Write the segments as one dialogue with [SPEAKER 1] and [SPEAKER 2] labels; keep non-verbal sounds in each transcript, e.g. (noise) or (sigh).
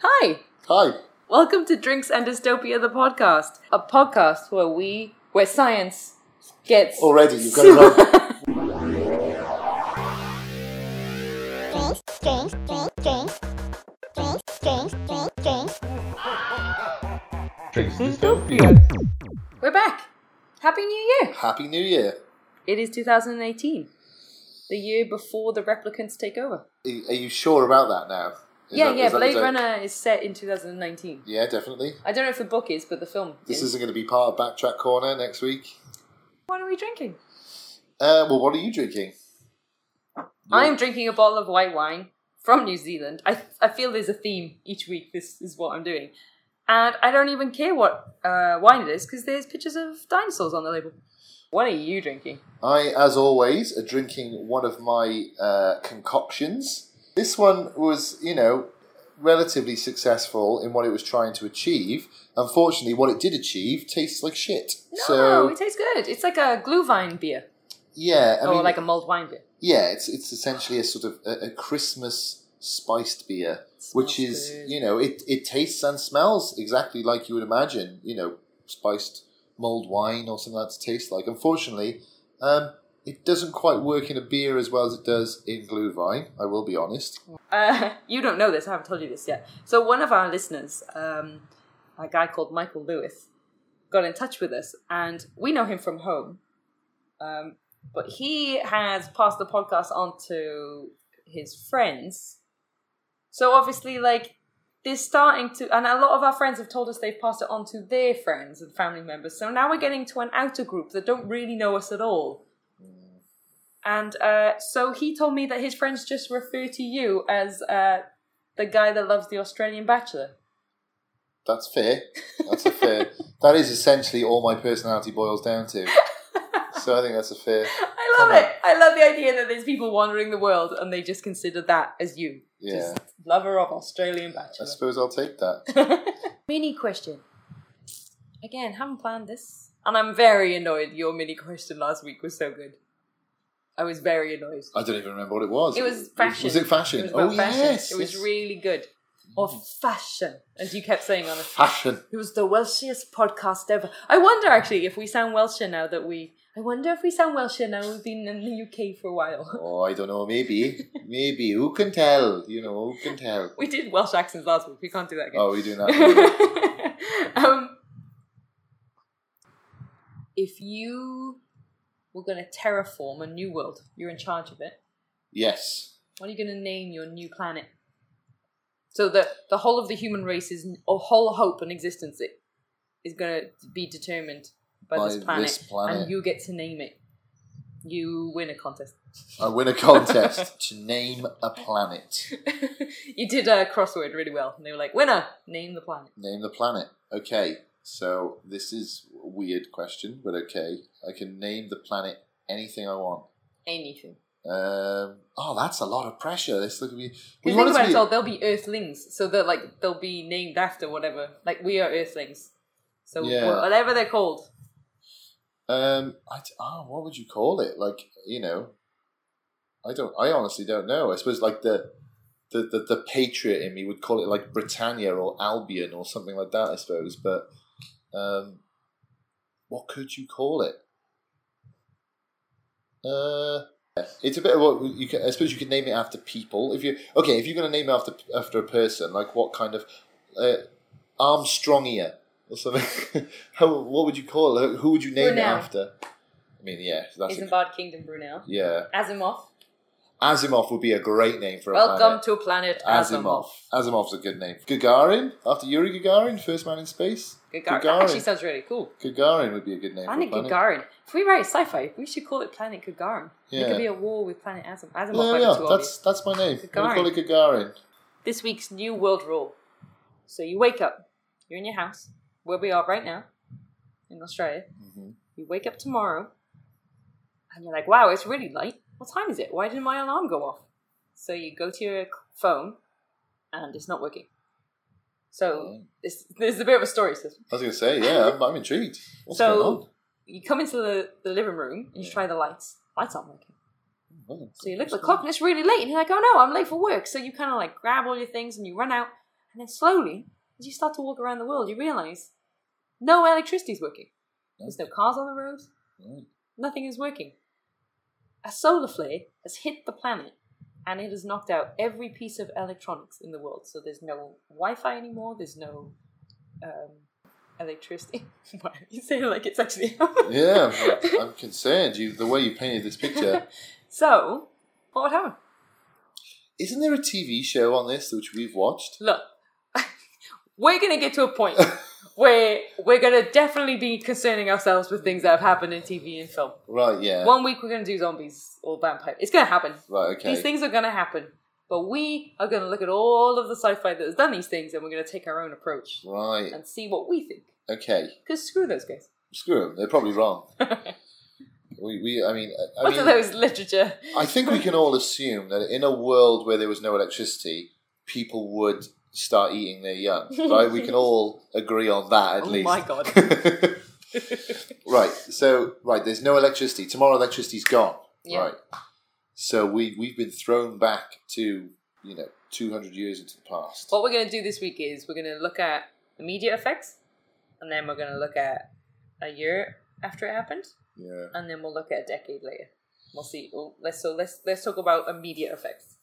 [SPEAKER 1] Hi,
[SPEAKER 2] Hi.
[SPEAKER 1] welcome to Drinks and Dystopia, the podcast, a podcast where we, where science gets
[SPEAKER 2] Already, you've got it wrong.
[SPEAKER 3] drinks, drinks, drinks, drinks, drinks, drinks, drinks, drinks.
[SPEAKER 4] Drinks
[SPEAKER 1] We're back. Happy New Year.
[SPEAKER 2] Happy New Year.
[SPEAKER 1] It is 2018, the year before the replicants take over.
[SPEAKER 2] Are are you sure about that now? Is
[SPEAKER 1] yeah,
[SPEAKER 2] that-
[SPEAKER 1] yeah.
[SPEAKER 2] is that the
[SPEAKER 1] Blade
[SPEAKER 2] date?
[SPEAKER 1] Runner is set in 2019.
[SPEAKER 2] Yeah, definitely.
[SPEAKER 1] I don't know if the book is, but the film.
[SPEAKER 2] This
[SPEAKER 1] is.
[SPEAKER 2] isn't going to be part of Backtrack Corner next week.
[SPEAKER 1] What are we drinking?
[SPEAKER 2] Uh, well, what are you drinking?
[SPEAKER 1] I am drinking a bottle of white wine from New Zealand. I, I feel there's a theme each week. This is what I'm doing. And I don't even care what uh, wine it is because there's pictures of dinosaurs on the label. What are you drinking?
[SPEAKER 2] I, as always, are drinking one of my uh, concoctions. This one was, you know, relatively successful in what it was trying to achieve. Unfortunately, what it did achieve tastes like shit.
[SPEAKER 1] No,
[SPEAKER 2] so,
[SPEAKER 1] it tastes good. It's like a glühwein beer
[SPEAKER 2] yeah, I
[SPEAKER 1] or
[SPEAKER 2] mean,
[SPEAKER 1] like a mulled wine beer.
[SPEAKER 2] yeah, it's it's essentially a sort of a, a Christmas spiced beer, which
[SPEAKER 1] smells
[SPEAKER 2] is
[SPEAKER 1] good.
[SPEAKER 2] you know it it tastes and smells exactly like you would imagine you know spiced mulled wine or something like that to taste like. Unfortunately, um, it doesn't quite work in a beer as well as it does in glühwein. I will be honest.
[SPEAKER 1] Uh, (laughs) you don't know this. I haven't told you this yet. So one of our listeners, um, a guy called Michael Lewis, got in touch with us, and we know him from home. Um, but he has passed the podcast on to his friends. So obviously, like they're starting to, and a lot of our friends have told us they've passed it on to their friends and family members. So now we're getting to an outer group that don't really know us at all. And uh, so he told me that his friends just refer to you as uh, the guy that loves the Australian Bachelor.
[SPEAKER 2] That's fair. That's
[SPEAKER 1] (laughs)
[SPEAKER 2] a fair. that is essentially all my personality boils down to. So I think that's a fair.
[SPEAKER 1] I love
[SPEAKER 2] Come on.
[SPEAKER 1] it. I love the idea that there's people wandering the world and they just consider that as you.
[SPEAKER 2] Yeah,
[SPEAKER 1] Just lover of Australian
[SPEAKER 2] I
[SPEAKER 1] Bachelor.
[SPEAKER 2] suppose I'll take that.
[SPEAKER 1] (laughs) mini question. Again, haven't planned this. And I'm very annoyed your mini question last week was so good. I was very annoyed.
[SPEAKER 2] I don't even remember what it Uh, was.
[SPEAKER 1] It was fashion.
[SPEAKER 2] Was it fashion?
[SPEAKER 1] It was about
[SPEAKER 2] oh
[SPEAKER 1] fashion.
[SPEAKER 2] yes,
[SPEAKER 1] It was
[SPEAKER 2] yes.
[SPEAKER 1] really good. Or fashion, as you kept saying on it.
[SPEAKER 2] fashion.
[SPEAKER 1] It was the Welshest podcast ever. I wonder actually if we sound Welsher now that we. I wonder if we sound Welsher now we've been in the UK for a while. (laughs)
[SPEAKER 2] Oh, I don't know. Maybe, maybe. Who can tell? You know, who can tell?
[SPEAKER 1] We did Welsh accents last week. We can't do that again.
[SPEAKER 2] Oh, we're doing that.
[SPEAKER 1] (laughs) um, if you were going to terraform a new world, you're in charge of it.
[SPEAKER 2] yes.
[SPEAKER 1] What are you going to name your new planet? So the the whole of the human race is or whole hope and existence i- is going to be determined by,
[SPEAKER 2] By
[SPEAKER 1] this, planet,
[SPEAKER 2] this planet.
[SPEAKER 1] and you get to name it. You win a contest. (laughs)
[SPEAKER 2] I win a contest (laughs) to name a planet.
[SPEAKER 1] you did a crossword really well, and they were like, "Winner, name the planet."
[SPEAKER 2] Name the planet. Okay. So this is a weird question, but okay. I can name the planet anything I want.
[SPEAKER 1] Anything.
[SPEAKER 2] Um, oh, that's a lot of pressure. This look we we
[SPEAKER 1] Because think
[SPEAKER 2] want it
[SPEAKER 1] about
[SPEAKER 2] to
[SPEAKER 1] it,
[SPEAKER 2] be.
[SPEAKER 1] all, they'll be Earthlings, so they're like they'll be named after whatever. Like we are Earthlings, so
[SPEAKER 2] Yeah.
[SPEAKER 1] whatever they're called.
[SPEAKER 2] Um, I d- oh, what would you call it? Like you know, I don't. I honestly don't know. I suppose like the the the, the patriot in me would call it like Britannia or Albion or something like that. I suppose, but um, what could you call it? Uh. yeah, It's a bit of what you can. I suppose you could name it after people. If you okay, if you're going to name it after after a person, like what kind of uh, Armstrongia or something? (laughs) How, what would you call it? Who would you name
[SPEAKER 1] Brunel.
[SPEAKER 2] it after? I mean, yeah, that's a,
[SPEAKER 1] Isambard Kingdom Brunel.
[SPEAKER 2] yeah.
[SPEAKER 1] Asimov.
[SPEAKER 2] Asimov would be a great name for a
[SPEAKER 1] Welcome
[SPEAKER 2] planet.
[SPEAKER 1] to planet
[SPEAKER 2] Asimov.
[SPEAKER 1] Asimov.
[SPEAKER 2] Asimov's a good name. Gagarin after Yuri Gagarin, first man in space.
[SPEAKER 1] Gagarin. That
[SPEAKER 2] Gagarin.
[SPEAKER 1] actually sounds really cool.
[SPEAKER 2] Gagarin would be a good name.
[SPEAKER 1] Planet
[SPEAKER 2] for a planet.
[SPEAKER 1] Gagarin. If we write sci-fi, we should call it Planet Gagarin. It
[SPEAKER 2] Yeah.
[SPEAKER 1] could be a war with Planet Asimov. Asimov
[SPEAKER 2] Well,
[SPEAKER 1] might be
[SPEAKER 2] there we
[SPEAKER 1] too
[SPEAKER 2] are.
[SPEAKER 1] obvious.
[SPEAKER 2] That's that's my name.
[SPEAKER 1] Gagarin.
[SPEAKER 2] I call it Gagarin.
[SPEAKER 1] this week's new world rule. So you wake up, you're in your house, where we are right now, in Australia.
[SPEAKER 2] Mhm.
[SPEAKER 1] You wake up tomorrow, and you're like, wow, it's really late. What time is it? Why didn't my alarm go off? So you go to your c- phone, and it's not working. So
[SPEAKER 2] Mm.
[SPEAKER 1] this, there's a bit of a story. So
[SPEAKER 2] I was gonna say, yeah, I'm, I'm intrigued. What's
[SPEAKER 1] So-
[SPEAKER 2] going on?
[SPEAKER 1] you come into the, the living room, and you
[SPEAKER 2] Yeah.
[SPEAKER 1] try the lights. Lights aren't working.
[SPEAKER 2] Well,
[SPEAKER 1] So you look at the clock and it's really late, and you're like, oh no, I'm late for work. So you kind of like grab all your things and you run out, And then slowly, as you start to walk around the world, you realize no electricity's working. There's no cars on the roads.
[SPEAKER 2] Right.
[SPEAKER 1] Nothing is working. A solar flare has hit the planet and it has knocked out every piece of electronics in the world. So there's no Wi Fi anymore, there's no um, electricity. (laughs) Why you say it like it's actually (laughs) happening?
[SPEAKER 2] Yeah, I'm, like, I'm concerned. You, the way you painted this
[SPEAKER 1] (laughs)
[SPEAKER 2] picture.
[SPEAKER 1] So, what would happen?
[SPEAKER 2] Isn't there a TV show on this which we've watched?
[SPEAKER 1] Look, (laughs) we're going to get to a
[SPEAKER 2] (laughs)
[SPEAKER 1] point where we're going to definitely be concerning ourselves with things that have happened in TV and film.
[SPEAKER 2] Right. Yeah.
[SPEAKER 1] One week we're going to do zombies or vampire. It's going to happen.
[SPEAKER 2] right. Okay.
[SPEAKER 1] These things are going to happen. But we are going to look at all of the sci fi that has done these things and we're going to take our own approach
[SPEAKER 2] right.
[SPEAKER 1] and see what we think.
[SPEAKER 2] Okay.
[SPEAKER 1] Because screw those guys.
[SPEAKER 2] Screw them. They're
[SPEAKER 1] (laughs)
[SPEAKER 2] probably wrong. we, we. I mean. I- I
[SPEAKER 1] What
[SPEAKER 2] mean,
[SPEAKER 1] are those literature?
[SPEAKER 2] I think we can all assume that in a world where there was no electricity, people would start eating
[SPEAKER 1] (laughs)
[SPEAKER 2] their young. Right? we can all agree on that
[SPEAKER 1] (laughs)
[SPEAKER 2] at
[SPEAKER 1] oh
[SPEAKER 2] least.
[SPEAKER 1] my
[SPEAKER 2] (laughs)
[SPEAKER 1] god.
[SPEAKER 2] right. So right, there's no electricity. Tomorrow electricity's gone.
[SPEAKER 1] Yeah.
[SPEAKER 2] Right. So we we've been thrown back to, you know, two hundred years into the past.
[SPEAKER 1] What we're going to do this week is we're going to look at immediate effects and then we're going to look at a year after it happened
[SPEAKER 2] yeah.
[SPEAKER 1] and then we'll look at a decade later. We'll see. Well, let's so let's let's talk about immediate effects.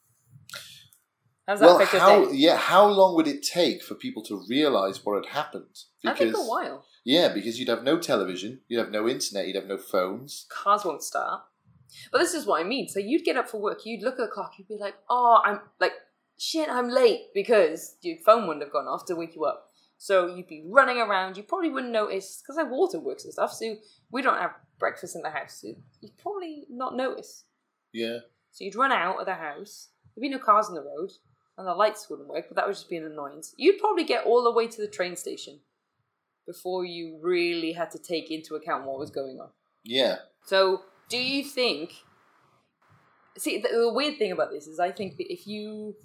[SPEAKER 1] How does that
[SPEAKER 2] Well
[SPEAKER 1] affect your
[SPEAKER 2] how
[SPEAKER 1] day?
[SPEAKER 2] yeah, how long would it take for people to realise what had happened?
[SPEAKER 1] I think a while.
[SPEAKER 2] Yeah, because you'd have no television, you'd have no internet, you'd have no phones.
[SPEAKER 1] Cars won't start. But this is what I mean. So you'd get up for work, you'd look at the clock, you'd be like, "Oh, I'm like shit, I'm late because your phone wouldn't have gone off to wake you up." So you'd be running around. You probably wouldn't notice because our water works and stuff. So we don't have breakfast in the house. So you'd probably not notice.
[SPEAKER 2] Yeah.
[SPEAKER 1] So you'd run out of the house. There'd be no cars on the road, and the lights wouldn't work, but that would just be an annoyance. You'd probably get all the way to the train station before you really had to take into account what was going on.
[SPEAKER 2] Yeah.
[SPEAKER 1] So, do you think? See, the, the weird thing about this is, I think that if you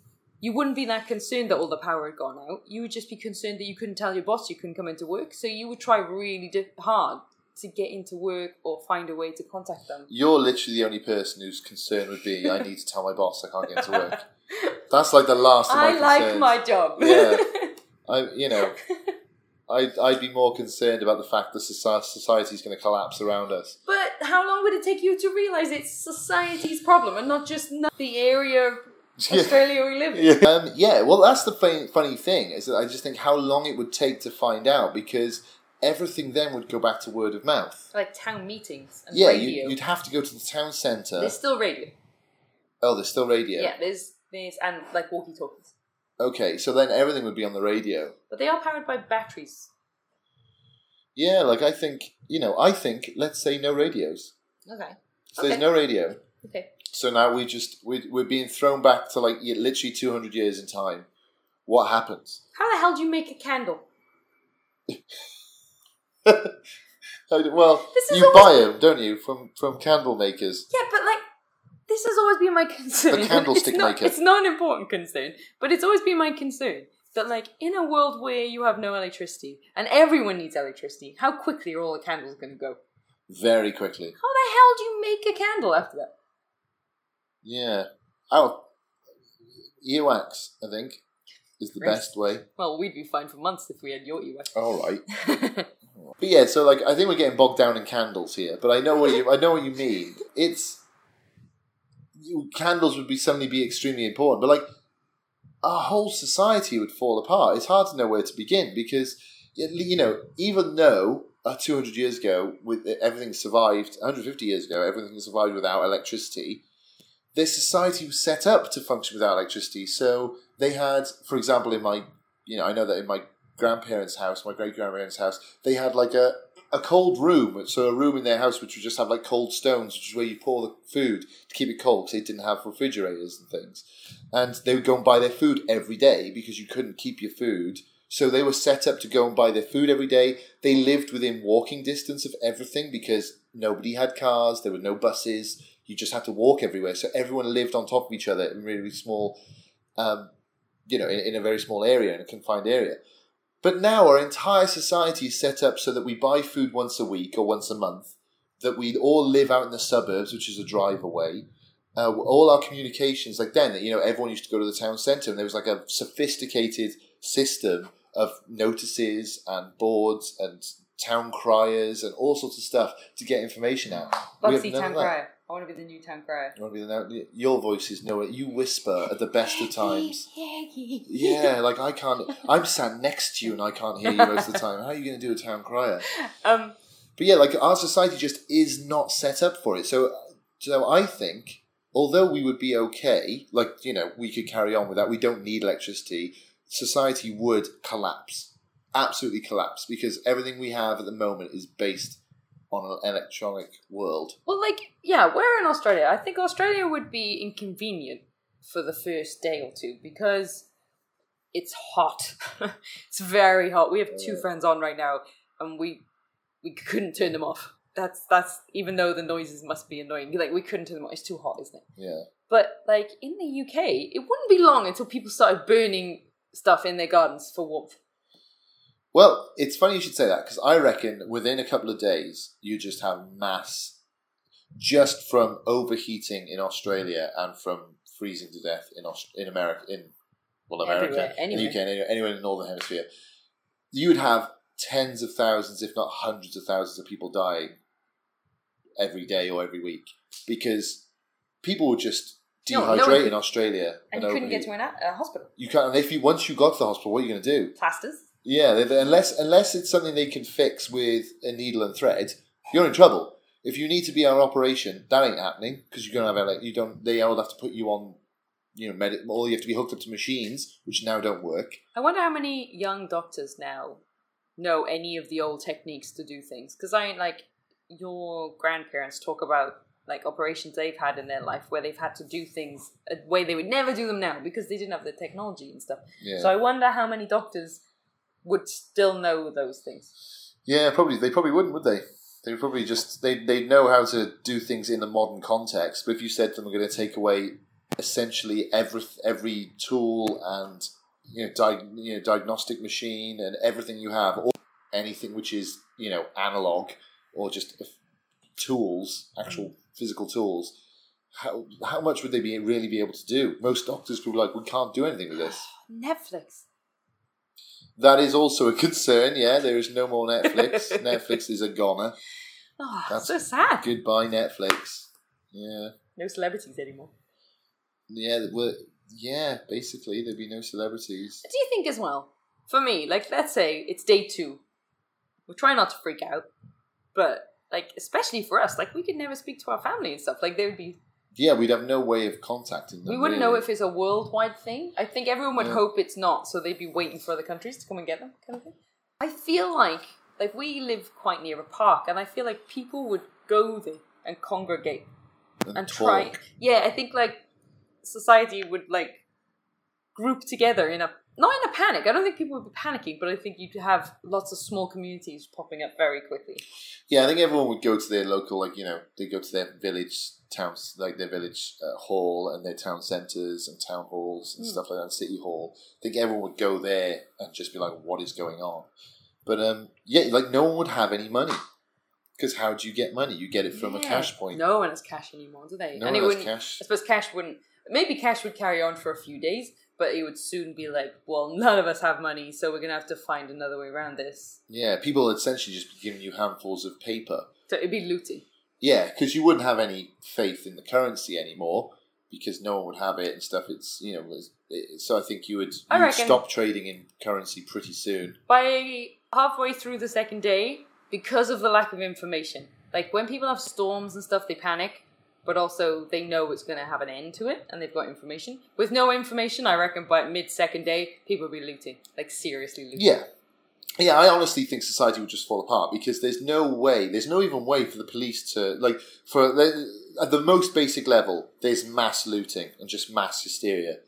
[SPEAKER 1] you wouldn't be that concerned that all the power had gone out, you would just be concerned that you couldn't tell your boss you couldn't come into work. So you would try really di- hard to get into work or find a way to contact them.
[SPEAKER 2] You're literally the only person whose concern would be, I need to tell my boss I can't get to work.
[SPEAKER 1] (laughs)
[SPEAKER 2] That's like the last of my
[SPEAKER 1] I like
[SPEAKER 2] concerns.
[SPEAKER 1] my job.
[SPEAKER 2] Yeah. I, you know, I'd, I'd be more concerned about the fact that society, society's going to collapse around us.
[SPEAKER 1] (laughs) But how long would it take you to realise it's society's problem and not just n- the area of
[SPEAKER 2] Yeah.
[SPEAKER 1] Australia we live in?
[SPEAKER 2] (laughs) Yeah. Um, yeah, well, that's the funny, funny thing is that I just think how long it would take to find out because everything then would go back to word of mouth.
[SPEAKER 1] Like town meetings and
[SPEAKER 2] Yeah,
[SPEAKER 1] radio.
[SPEAKER 2] you, you'd have to go to the town centre.
[SPEAKER 1] There's still radio.
[SPEAKER 2] oh, there's still radio.
[SPEAKER 1] Yeah. there's there's and like walkie talkies,
[SPEAKER 2] Okay, so then everything would be on the radio.
[SPEAKER 1] but they are powered by batteries.
[SPEAKER 2] Yeah, like I think you know, I think let's say no radios.
[SPEAKER 1] Okay.
[SPEAKER 2] So
[SPEAKER 1] Okay.
[SPEAKER 2] there's no radio.
[SPEAKER 1] Okay.
[SPEAKER 2] So now we just we we're being thrown back to like yeah, literally two hundred years in time. What happens?
[SPEAKER 1] How the hell do you make a candle?
[SPEAKER 2] I d- Well,
[SPEAKER 1] This is
[SPEAKER 2] you
[SPEAKER 1] always-
[SPEAKER 2] buy them, don't you, from from candle makers?
[SPEAKER 1] Yeah, but like this has always been my (laughs) concern.
[SPEAKER 2] The candlestick
[SPEAKER 1] it's not,
[SPEAKER 2] maker.
[SPEAKER 1] It's not an important concern, but it's always been my concern that like in a world where you have no electricity and everyone needs electricity, how quickly are all the candles going to go?
[SPEAKER 2] Very quickly.
[SPEAKER 1] How the hell do you make a candle after that?
[SPEAKER 2] Yeah. Oh, earwax. I think is the
[SPEAKER 1] Great.
[SPEAKER 2] best way.
[SPEAKER 1] Well, we'd be fine for months if we had your earwax.
[SPEAKER 2] All right.
[SPEAKER 1] (laughs) okay.
[SPEAKER 2] But yeah, so like I think we're getting bogged down in candles here, but I know what you I know what you mean. It's you, candles would be suddenly be extremely important, but like our whole society would fall apart. It's hard to know where to begin because y- you know even though uh, 200 years ago with uh, everything survived 150 years ago everything survived without electricity this society was set up to function without electricity so they had for example in my you know i know that in my grandparents house my great grandparents house they had like a a cold room so a room in their house which would just have like cold stones which is where you pour the food to keep it cold because they didn't have refrigerators and things and they would go and buy their food every day because you couldn't keep your food so they were set up to go and buy their food every day they lived within walking distance of everything because nobody had cars there were no buses you just had to walk everywhere so everyone lived on top of each other in really small um, you know in, in a very small area in a confined area but now our entire society is set up so that we buy food once a week or once a month, that we all live out in the suburbs, which is a drive away. Uh, all our communications, like then, you know, everyone used to go to the town centre and there was like a sophisticated system of notices and boards and town criers and all sorts of stuff to get information out. We have
[SPEAKER 1] Bugsy
[SPEAKER 2] none
[SPEAKER 1] Town
[SPEAKER 2] of that.
[SPEAKER 1] Crier. I want to be the new Town Crier.
[SPEAKER 2] You want to be the no- your voice is nowhere. You whisper at the best
[SPEAKER 1] (laughs)
[SPEAKER 2] of times. Yeah, like I can't. I'm sat next to you and I can't hear you most of the time. How are you going to do a town crier?
[SPEAKER 1] Um,
[SPEAKER 2] But yeah, like our society just is not set up for it. So, so I think although we would be okay, like you know, we could carry on with that. We don't need electricity. Society would collapse, absolutely collapse, because everything we have at the moment is based on an electronic world.
[SPEAKER 1] well, like, yeah, we're in Australia. I think Australia would be inconvenient for the first day or two because it's hot. (laughs) it's very hot. We have two
[SPEAKER 2] Yeah.
[SPEAKER 1] fans on right now, and we we couldn't turn them off. That's that's even though the noises must be annoying. Like we couldn't turn them off. It's too hot, isn't it?
[SPEAKER 2] Yeah,
[SPEAKER 1] But like in the UK, it wouldn't be long until people started burning stuff in their gardens for warmth.
[SPEAKER 2] Well, it's funny you should say that because I reckon within a couple of days you just have mass just from overheating in Australia and from freezing to death in Aust- in America in well America
[SPEAKER 1] Everywhere,
[SPEAKER 2] in the UK anywhere, anywhere in the northern hemisphere. You would have tens of thousands, if not hundreds of thousands, of people dying every day or every week because people would just
[SPEAKER 1] No, no
[SPEAKER 2] dehydrate
[SPEAKER 1] one could-
[SPEAKER 2] in Australia
[SPEAKER 1] And you couldn't get
[SPEAKER 2] overheat.
[SPEAKER 1] to an, a hospital.
[SPEAKER 2] you can't. And if you once you got to the hospital, what are you going to do?
[SPEAKER 1] Plasters.
[SPEAKER 2] Yeah, they- they- unless unless it's something they can fix with a needle and thread, you're in trouble. If you need to be on operation, that ain't happening because you're gonna have like you don't. They all have to put you on, you know, medic. Or you have to be hooked up to machines, which now don't work.
[SPEAKER 1] I wonder how many young doctors now know any of the old techniques to do things. Because I like your grandparents talk about like operations they've had in their life where they've had to do things a way they would never do them now because they didn't have the technology and stuff.
[SPEAKER 2] Yeah,
[SPEAKER 1] So I wonder how many doctors would still know those things.
[SPEAKER 2] yeah, probably they probably wouldn't, would they? They would probably just they they know how to do things in the modern context. But if you said to them, "We're going to take away essentially every every tool and you know, di- you know diagnostic machine and everything you have, or anything which is you know analog or just f- tools, actual physical tools. How how much would they be really be able to do? Most doctors would be like, we can't do anything with this.
[SPEAKER 1] Netflix.
[SPEAKER 2] That is also a (laughs) concern. Yeah, there is no more Netflix. Netflix is a goner.
[SPEAKER 1] Oh,
[SPEAKER 2] That's
[SPEAKER 1] so sad.
[SPEAKER 2] Goodbye Netflix. Yeah,
[SPEAKER 1] No celebrities anymore.
[SPEAKER 2] yeah, well, yeah. Basically, there'd be no celebrities.
[SPEAKER 1] Do you think as well? For me, like let's say it's day two. We try not to freak out, but like especially for us, like we could never speak to our family and stuff. Like they would be,
[SPEAKER 2] Yeah, we'd have no way of contacting them.
[SPEAKER 1] we wouldn't know
[SPEAKER 2] really.
[SPEAKER 1] if it's a worldwide thing. I think everyone would
[SPEAKER 2] Yeah.
[SPEAKER 1] hope it's not, so they'd be waiting for other countries to come and get them, kind of thing. I feel like like we live quite near a park, and I feel like people would go there and congregate and try.
[SPEAKER 2] talk.
[SPEAKER 1] Yeah, I think like society would like group together in a not in a panic. I don't think people would be panicking, but I think you'd have lots of small communities popping up very quickly.
[SPEAKER 2] Yeah, I think everyone would go to their local, like you know, they go to their village towns, like their village uh, hall and their town centres and town halls and
[SPEAKER 1] Hmm.
[SPEAKER 2] stuff like that, and city hall. I think everyone would go there and just be like, "What is going on?" But um, yeah, like no one would have any money because how do you get money? You get it from a
[SPEAKER 1] Yeah.
[SPEAKER 2] cash point.
[SPEAKER 1] No one has cash anymore, do they?
[SPEAKER 2] No
[SPEAKER 1] and it
[SPEAKER 2] one has
[SPEAKER 1] wouldn't.
[SPEAKER 2] cash.
[SPEAKER 1] I suppose cash wouldn't. Maybe cash would carry on for a few days, but it would soon be like, well, none of us have money, so we're gonna have to find another way around this.
[SPEAKER 2] Yeah, people essentially just be giving you handfuls of paper.
[SPEAKER 1] So it'd be looting.
[SPEAKER 2] Yeah, because you wouldn't have any faith in the currency anymore because no one would have it and stuff. It's you know, it's, it, so I think you would
[SPEAKER 1] I
[SPEAKER 2] you'd
[SPEAKER 1] reckon-
[SPEAKER 2] stop trading in currency pretty soon.
[SPEAKER 1] by halfway through the second day because of the lack of information. Like when people have storms and stuff, they panic, but also they know it's going to have an end to it and they've got information. With no information, I reckon by mid second day, people will be looting. Like seriously looting.
[SPEAKER 2] Yeah, yeah. I honestly think society would just fall apart because there's no way, there's no even way for the police to like for the- at the most basic level, there's mass looting and just mass hysteria.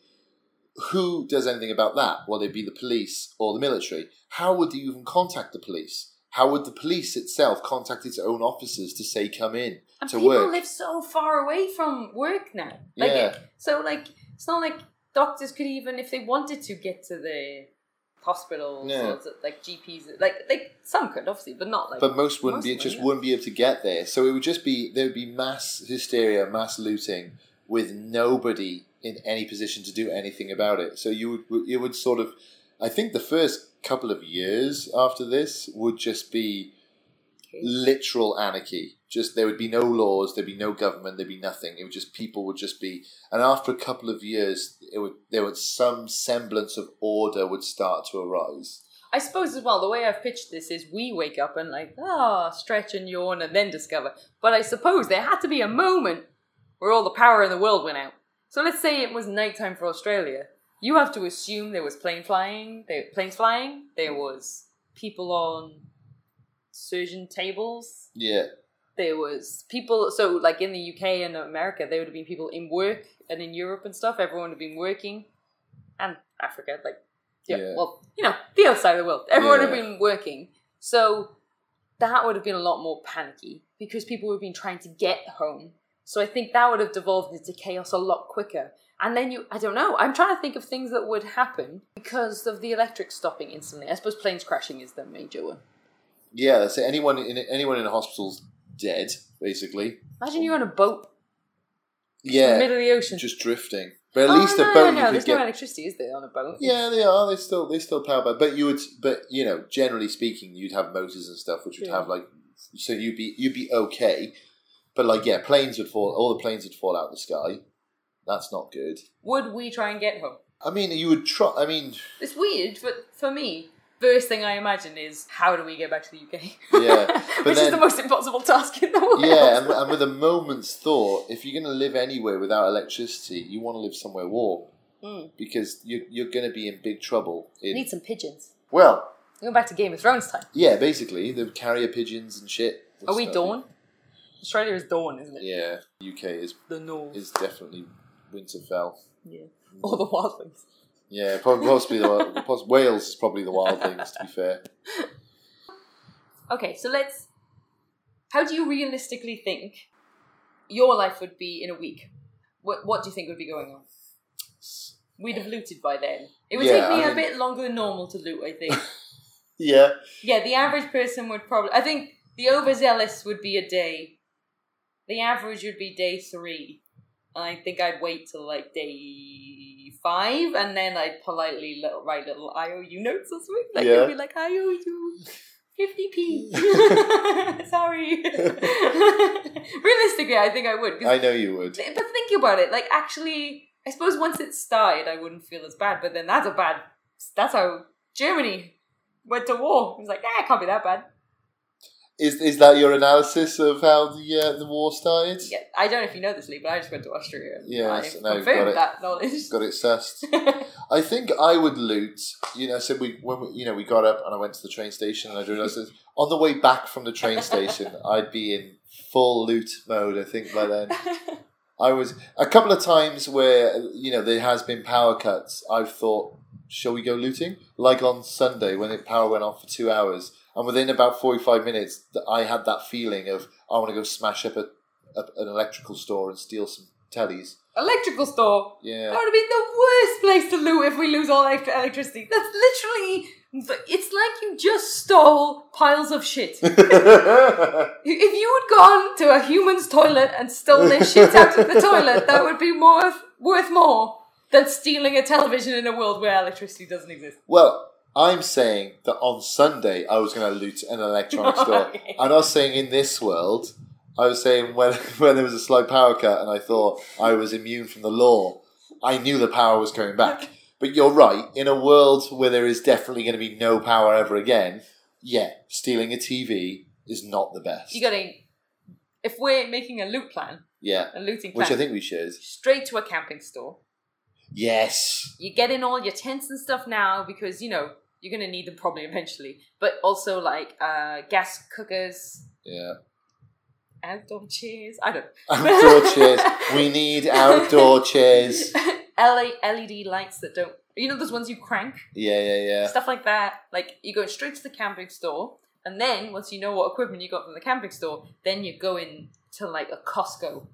[SPEAKER 2] Who does anything about that? Well, it'd be the police or the military. How would you even contact the police? How would the police itself contact its own officers to say come in
[SPEAKER 1] And
[SPEAKER 2] to
[SPEAKER 1] people
[SPEAKER 2] work?
[SPEAKER 1] live so far away from work now. Like,
[SPEAKER 2] Yeah.
[SPEAKER 1] So, like, it's not like doctors could even, if they wanted to, get to the hospitals
[SPEAKER 2] No.
[SPEAKER 1] or to, like GPs. Like, like some could obviously, but not like.
[SPEAKER 2] But most wouldn't be
[SPEAKER 1] Most
[SPEAKER 2] just
[SPEAKER 1] wouldn't.
[SPEAKER 2] wouldn't be able to get there. So it would just be there would be mass hysteria, mass looting, with nobody in any position to do anything about it. So you would it would sort of I think the first couple of years after this would just be literal anarchy. Just there would be no laws, there'd be no government, there'd be nothing. It would just people would just be, and after a couple of years, it would there would some semblance of order would start to arise.
[SPEAKER 1] I suppose as well, the way I've pitched this is we wake up and like, ah, stretch and yawn and then discover. But I suppose there had to be a moment where all the power in the world went out. So let's say it was nighttime for Australia. You have to assume there was plane flying, there planes flying, there was people on surgeon tables,
[SPEAKER 2] Yeah,
[SPEAKER 1] there was people so like in the UK and America there would have been people in work and in Europe and stuff everyone would have been working and Africa like yeah,
[SPEAKER 2] Yeah.
[SPEAKER 1] well you know the other side of the world everyone would
[SPEAKER 2] Yeah.
[SPEAKER 1] have been working so that would have been a lot more panicky because people would have been trying to get home so I think that would have devolved into chaos a lot quicker and then you I don't know I'm trying to think of things that would happen because of the electric stopping instantly I suppose planes crashing is the major one
[SPEAKER 2] yeah. That's it. Anyone in anyone in a hospital's dead, basically.
[SPEAKER 1] imagine you're on a boat in the
[SPEAKER 2] Yeah,
[SPEAKER 1] middle of the ocean
[SPEAKER 2] just drifting. But at
[SPEAKER 1] Oh,
[SPEAKER 2] least
[SPEAKER 1] no,
[SPEAKER 2] a boat
[SPEAKER 1] no,
[SPEAKER 2] you
[SPEAKER 1] no,
[SPEAKER 2] could
[SPEAKER 1] there's
[SPEAKER 2] get.
[SPEAKER 1] no electricity, is there, on a boat?
[SPEAKER 2] yeah, they are. They still they still power by, but you would, but you know, generally speaking, you'd have motors and stuff, which would
[SPEAKER 1] Yeah.
[SPEAKER 2] have like, so you'd be you'd be okay, but like yeah, planes would fall. All the planes would fall out of the sky. That's not good.
[SPEAKER 1] Would we try and get home?
[SPEAKER 2] I mean, you would try. I mean,
[SPEAKER 1] It's weird, but for me, first thing I imagine is how do we get back to the UK?
[SPEAKER 2] Yeah,
[SPEAKER 1] (laughs)
[SPEAKER 2] but
[SPEAKER 1] Which is
[SPEAKER 2] then-
[SPEAKER 1] the most impossible task in the world. (laughs)
[SPEAKER 2] yeah, and, and with a moment's thought, if you're going to live anywhere without electricity, you want to live somewhere warm
[SPEAKER 1] Mm.
[SPEAKER 2] because you're you're going to be in big trouble. In
[SPEAKER 1] Need some pigeons.
[SPEAKER 2] well,
[SPEAKER 1] Going back to Game of Thrones time.
[SPEAKER 2] yeah, basically the carrier pigeons and shit. would
[SPEAKER 1] Are we
[SPEAKER 2] start-
[SPEAKER 1] dawn? Australia is dawn, isn't it?
[SPEAKER 2] Yeah, UK is
[SPEAKER 1] The north.
[SPEAKER 2] is definitely Winterfell.
[SPEAKER 1] Yeah. All the wild things.
[SPEAKER 2] Yeah, prob- possibly the wild- (laughs) poss- Wales is probably the wild things. To be fair,
[SPEAKER 1] Okay, so let's. How do you realistically think your life would be in a week? What What do you think would be going on? We'd have looted by then. It would
[SPEAKER 2] Yeah,
[SPEAKER 1] take me
[SPEAKER 2] I
[SPEAKER 1] a
[SPEAKER 2] mean-
[SPEAKER 1] bit longer than normal to loot. I think.
[SPEAKER 2] yeah,
[SPEAKER 1] yeah, the average person would probably. I think the overzealous would be a day. The average would be day three. And I think I'd wait till like day five, and then I'd politely little, write little IOU notes or something. Like
[SPEAKER 2] Yeah.
[SPEAKER 1] it'd be like IOU. 50p. (laughs) Sorry. (laughs) Realistically, I think I would. 'cause
[SPEAKER 2] I know you would.
[SPEAKER 1] Th- But think about it. Like, actually, I suppose once it started, I wouldn't feel as bad. But then that's a bad. That's how Germany went to war. It was like, ah, it can't be that bad.
[SPEAKER 2] Is is that your analysis of how the uh, the war started?
[SPEAKER 1] Yeah, I don't know if you know this, Lee, but I just went to Austria. And
[SPEAKER 2] Yes,
[SPEAKER 1] I
[SPEAKER 2] no, you've
[SPEAKER 1] confirmed
[SPEAKER 2] got
[SPEAKER 1] that knowledge.
[SPEAKER 2] Got it sussed. I think I would loot. You know, so we when we, you know we got up and I went to the train station and I realized that on the way back from the train station I'd be in full loot mode. I think by then. I was a couple of times where you know there has been power cuts. I've thought, shall we go looting? Like on Sunday when the power went off for two hours, and within about forty-five minutes, th- I had that feeling of I want to go smash up a, a, an electrical store and steal some tellies.
[SPEAKER 1] (laughs) Electrical store. That (laughs)
[SPEAKER 2] Yeah,
[SPEAKER 1] would have been the worst place to loot if we lose all elect- electricity. That's literally. It's like you just stole piles of shit. If you had gone to a human's toilet and stolen their shit out
[SPEAKER 2] (laughs)
[SPEAKER 1] of the toilet, that would be more worth more than stealing a television in a world where electricity doesn't exist.
[SPEAKER 2] well, I'm saying that on Sunday I was going to loot
[SPEAKER 1] (laughs)
[SPEAKER 2] an electronics store.
[SPEAKER 1] Okay.
[SPEAKER 2] I'm not saying in this world. I was saying when (laughs) when there was a slight power cut and I thought I was immune from the law. I knew the power was
[SPEAKER 1] (laughs)
[SPEAKER 2] coming back. But you're right. In a world where there is definitely going to be no power ever again, yeah, stealing a TV is not the best.
[SPEAKER 1] You gotta. If we're making a loot plan,
[SPEAKER 2] yeah,
[SPEAKER 1] a looting plan,
[SPEAKER 2] which I think we should.
[SPEAKER 1] straight to a camping store.
[SPEAKER 2] Yes.
[SPEAKER 1] You get in all your tents and stuff now because you know you're gonna need them probably eventually. But also like uh, gas cookers, (laughs)
[SPEAKER 2] Yeah.
[SPEAKER 1] outdoor chairs. I don't.
[SPEAKER 2] Outdoor chairs. We need
[SPEAKER 1] (laughs)
[SPEAKER 2] outdoor chairs.
[SPEAKER 1] LA LED E lights that don't. You know those ones you crank.
[SPEAKER 2] Yeah, yeah, yeah.
[SPEAKER 1] stuff like that. Like you go straight to the camping store, and then once you know what equipment you got from the camping store, then you go in to like a Costco,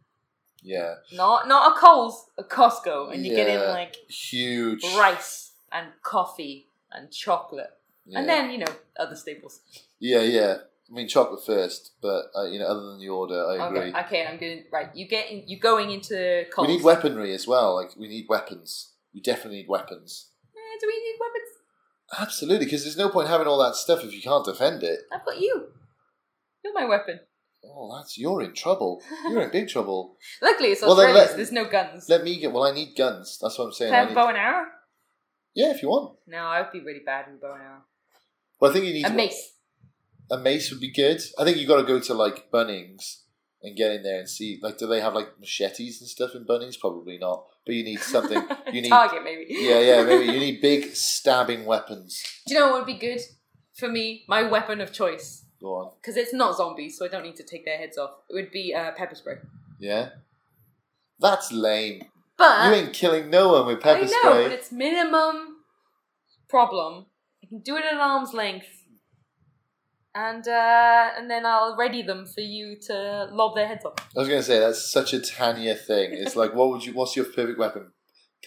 [SPEAKER 2] Yeah.
[SPEAKER 1] not not a Coles, a Costco, and you get in
[SPEAKER 2] Yeah.
[SPEAKER 1] like
[SPEAKER 2] Huge.
[SPEAKER 1] rice and coffee and chocolate,
[SPEAKER 2] Yeah.
[SPEAKER 1] and then you know other staples.
[SPEAKER 2] Yeah, yeah. I mean, chocolate first, but uh, you know, other than the order, I agree.
[SPEAKER 1] Okay, okay, I'm going right. You get in, you going into Coles.
[SPEAKER 2] we need weaponry as well. Like, we need weapons. We definitely need weapons.
[SPEAKER 1] Eh, do we need weapons?
[SPEAKER 2] Absolutely, because there's no point having all that stuff if you can't defend it.
[SPEAKER 1] I've got you. You're my weapon.
[SPEAKER 2] Oh, that's you're in trouble. You're in
[SPEAKER 1] (laughs)
[SPEAKER 2] big trouble.
[SPEAKER 1] Luckily, it's
[SPEAKER 2] Well, then
[SPEAKER 1] Australia.
[SPEAKER 2] let-
[SPEAKER 1] so there's no guns.
[SPEAKER 2] Let me get. Well, I need guns. That's what I'm saying.
[SPEAKER 1] Can I
[SPEAKER 2] I
[SPEAKER 1] have
[SPEAKER 2] need-
[SPEAKER 1] a bow and arrow?
[SPEAKER 2] yeah, if you want.
[SPEAKER 1] No, I would be really bad in bow and arrow.
[SPEAKER 2] Well, I think you need
[SPEAKER 1] A mace.
[SPEAKER 2] a mace would be good. I think you got to go to like Bunnings and get in there and see. Like, do they have like machetes and stuff in Bunnings? Probably not. But you
[SPEAKER 1] (laughs)
[SPEAKER 2] need something. You need.
[SPEAKER 1] target maybe.
[SPEAKER 2] Yeah, yeah. Maybe you need big stabbing weapons.
[SPEAKER 1] (laughs) Do you know what would be good for me? My weapon of choice,
[SPEAKER 2] Go on.
[SPEAKER 1] because it's not zombies, so I don't need to take their heads off. It would be uh, pepper spray.
[SPEAKER 2] Yeah. That's lame.
[SPEAKER 1] But
[SPEAKER 2] you ain't killing no one with pepper
[SPEAKER 1] Uh, I know,
[SPEAKER 2] spray.
[SPEAKER 1] but it's minimum problem. I can do it at arm's length, and uh, and then I'll ready them for you to lob their heads off. (laughs)
[SPEAKER 2] I was gonna say that's such a Tanya thing. It's like, what would you? What's your perfect weapon?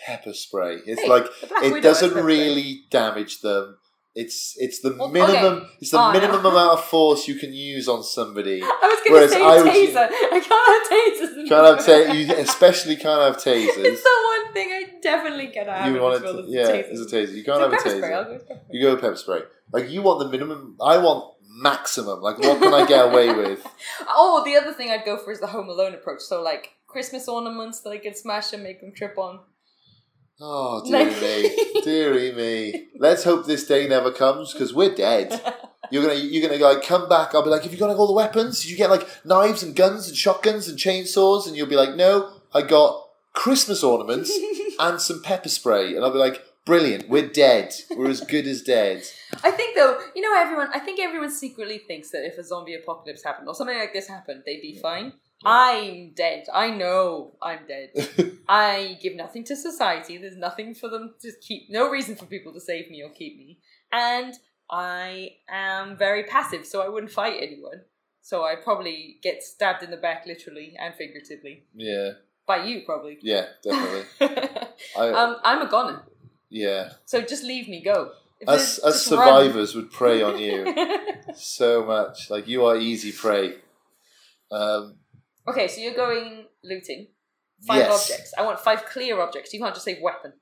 [SPEAKER 2] Pepper spray. It's
[SPEAKER 1] Hey,
[SPEAKER 2] like
[SPEAKER 1] The Black Widow has
[SPEAKER 2] it doesn't
[SPEAKER 1] pepper spray.
[SPEAKER 2] really damage them. It's it's the
[SPEAKER 1] Well,
[SPEAKER 2] minimum. It's the
[SPEAKER 1] Oh, no. (laughs)
[SPEAKER 2] minimum amount of force you can use on somebody.
[SPEAKER 1] I was going
[SPEAKER 2] Whereas
[SPEAKER 1] to say
[SPEAKER 2] I would-
[SPEAKER 1] taser. I can't have tasers. in
[SPEAKER 2] Can't have
[SPEAKER 1] this
[SPEAKER 2] ta-
[SPEAKER 1] world.
[SPEAKER 2] you especially can't
[SPEAKER 1] (laughs)
[SPEAKER 2] have
[SPEAKER 1] It's
[SPEAKER 2] tasers.
[SPEAKER 1] the one thing I definitely get out
[SPEAKER 2] You
[SPEAKER 1] of
[SPEAKER 2] want
[SPEAKER 1] this world
[SPEAKER 2] it?
[SPEAKER 1] is
[SPEAKER 2] Yeah,
[SPEAKER 1] tasers.
[SPEAKER 2] it's a taser. You can't have a
[SPEAKER 1] pepper spray. I'll go with
[SPEAKER 2] taser.
[SPEAKER 1] pepper spray.
[SPEAKER 2] You go with pepper spray. Like you want the minimum. I want maximum. Like what can I get
[SPEAKER 1] (laughs)
[SPEAKER 2] away with?
[SPEAKER 1] Oh, the other thing I'd go for is the Home Alone approach. So like Christmas ornaments that I could smash and make them trip on.
[SPEAKER 2] Oh dear
[SPEAKER 1] Like-
[SPEAKER 2] me, dearie me. Let's hope this day never comes because we're
[SPEAKER 1] (laughs)
[SPEAKER 2] dead. You're gonna you're gonna like come back. I'll be like, have you got like all the weapons? Did you get like knives and guns and shotguns and chainsaws? And you'll be like, no, I got
[SPEAKER 1] (laughs)
[SPEAKER 2] Christmas ornaments and some pepper spray. And I'll be like, brilliant. We're dead. We're as good as dead. (laughs)
[SPEAKER 1] I think though, you know, everyone. I think everyone secretly thinks that if a zombie apocalypse happened or something like this happened, they'd be fine. I'm dead. I know I'm dead. I give nothing to society. There's nothing for them to keep. No reason for people to save me or keep me. And I am very passive, so I wouldn't fight anyone. So I probably get stabbed in the back, literally and figuratively,
[SPEAKER 2] yeah,
[SPEAKER 1] by you probably.
[SPEAKER 2] yeah, definitely.
[SPEAKER 1] (laughs) um,
[SPEAKER 2] I,
[SPEAKER 1] I'm a goner,
[SPEAKER 2] yeah,
[SPEAKER 1] so just leave me go. If
[SPEAKER 2] us
[SPEAKER 1] there's-
[SPEAKER 2] us
[SPEAKER 1] just run.
[SPEAKER 2] survivors would prey on you so much. Like you are easy prey. Um,
[SPEAKER 1] (laughs) okay, so you're going looting. Five
[SPEAKER 2] yes.
[SPEAKER 1] objects. I want five clear objects. You can't just say weapon.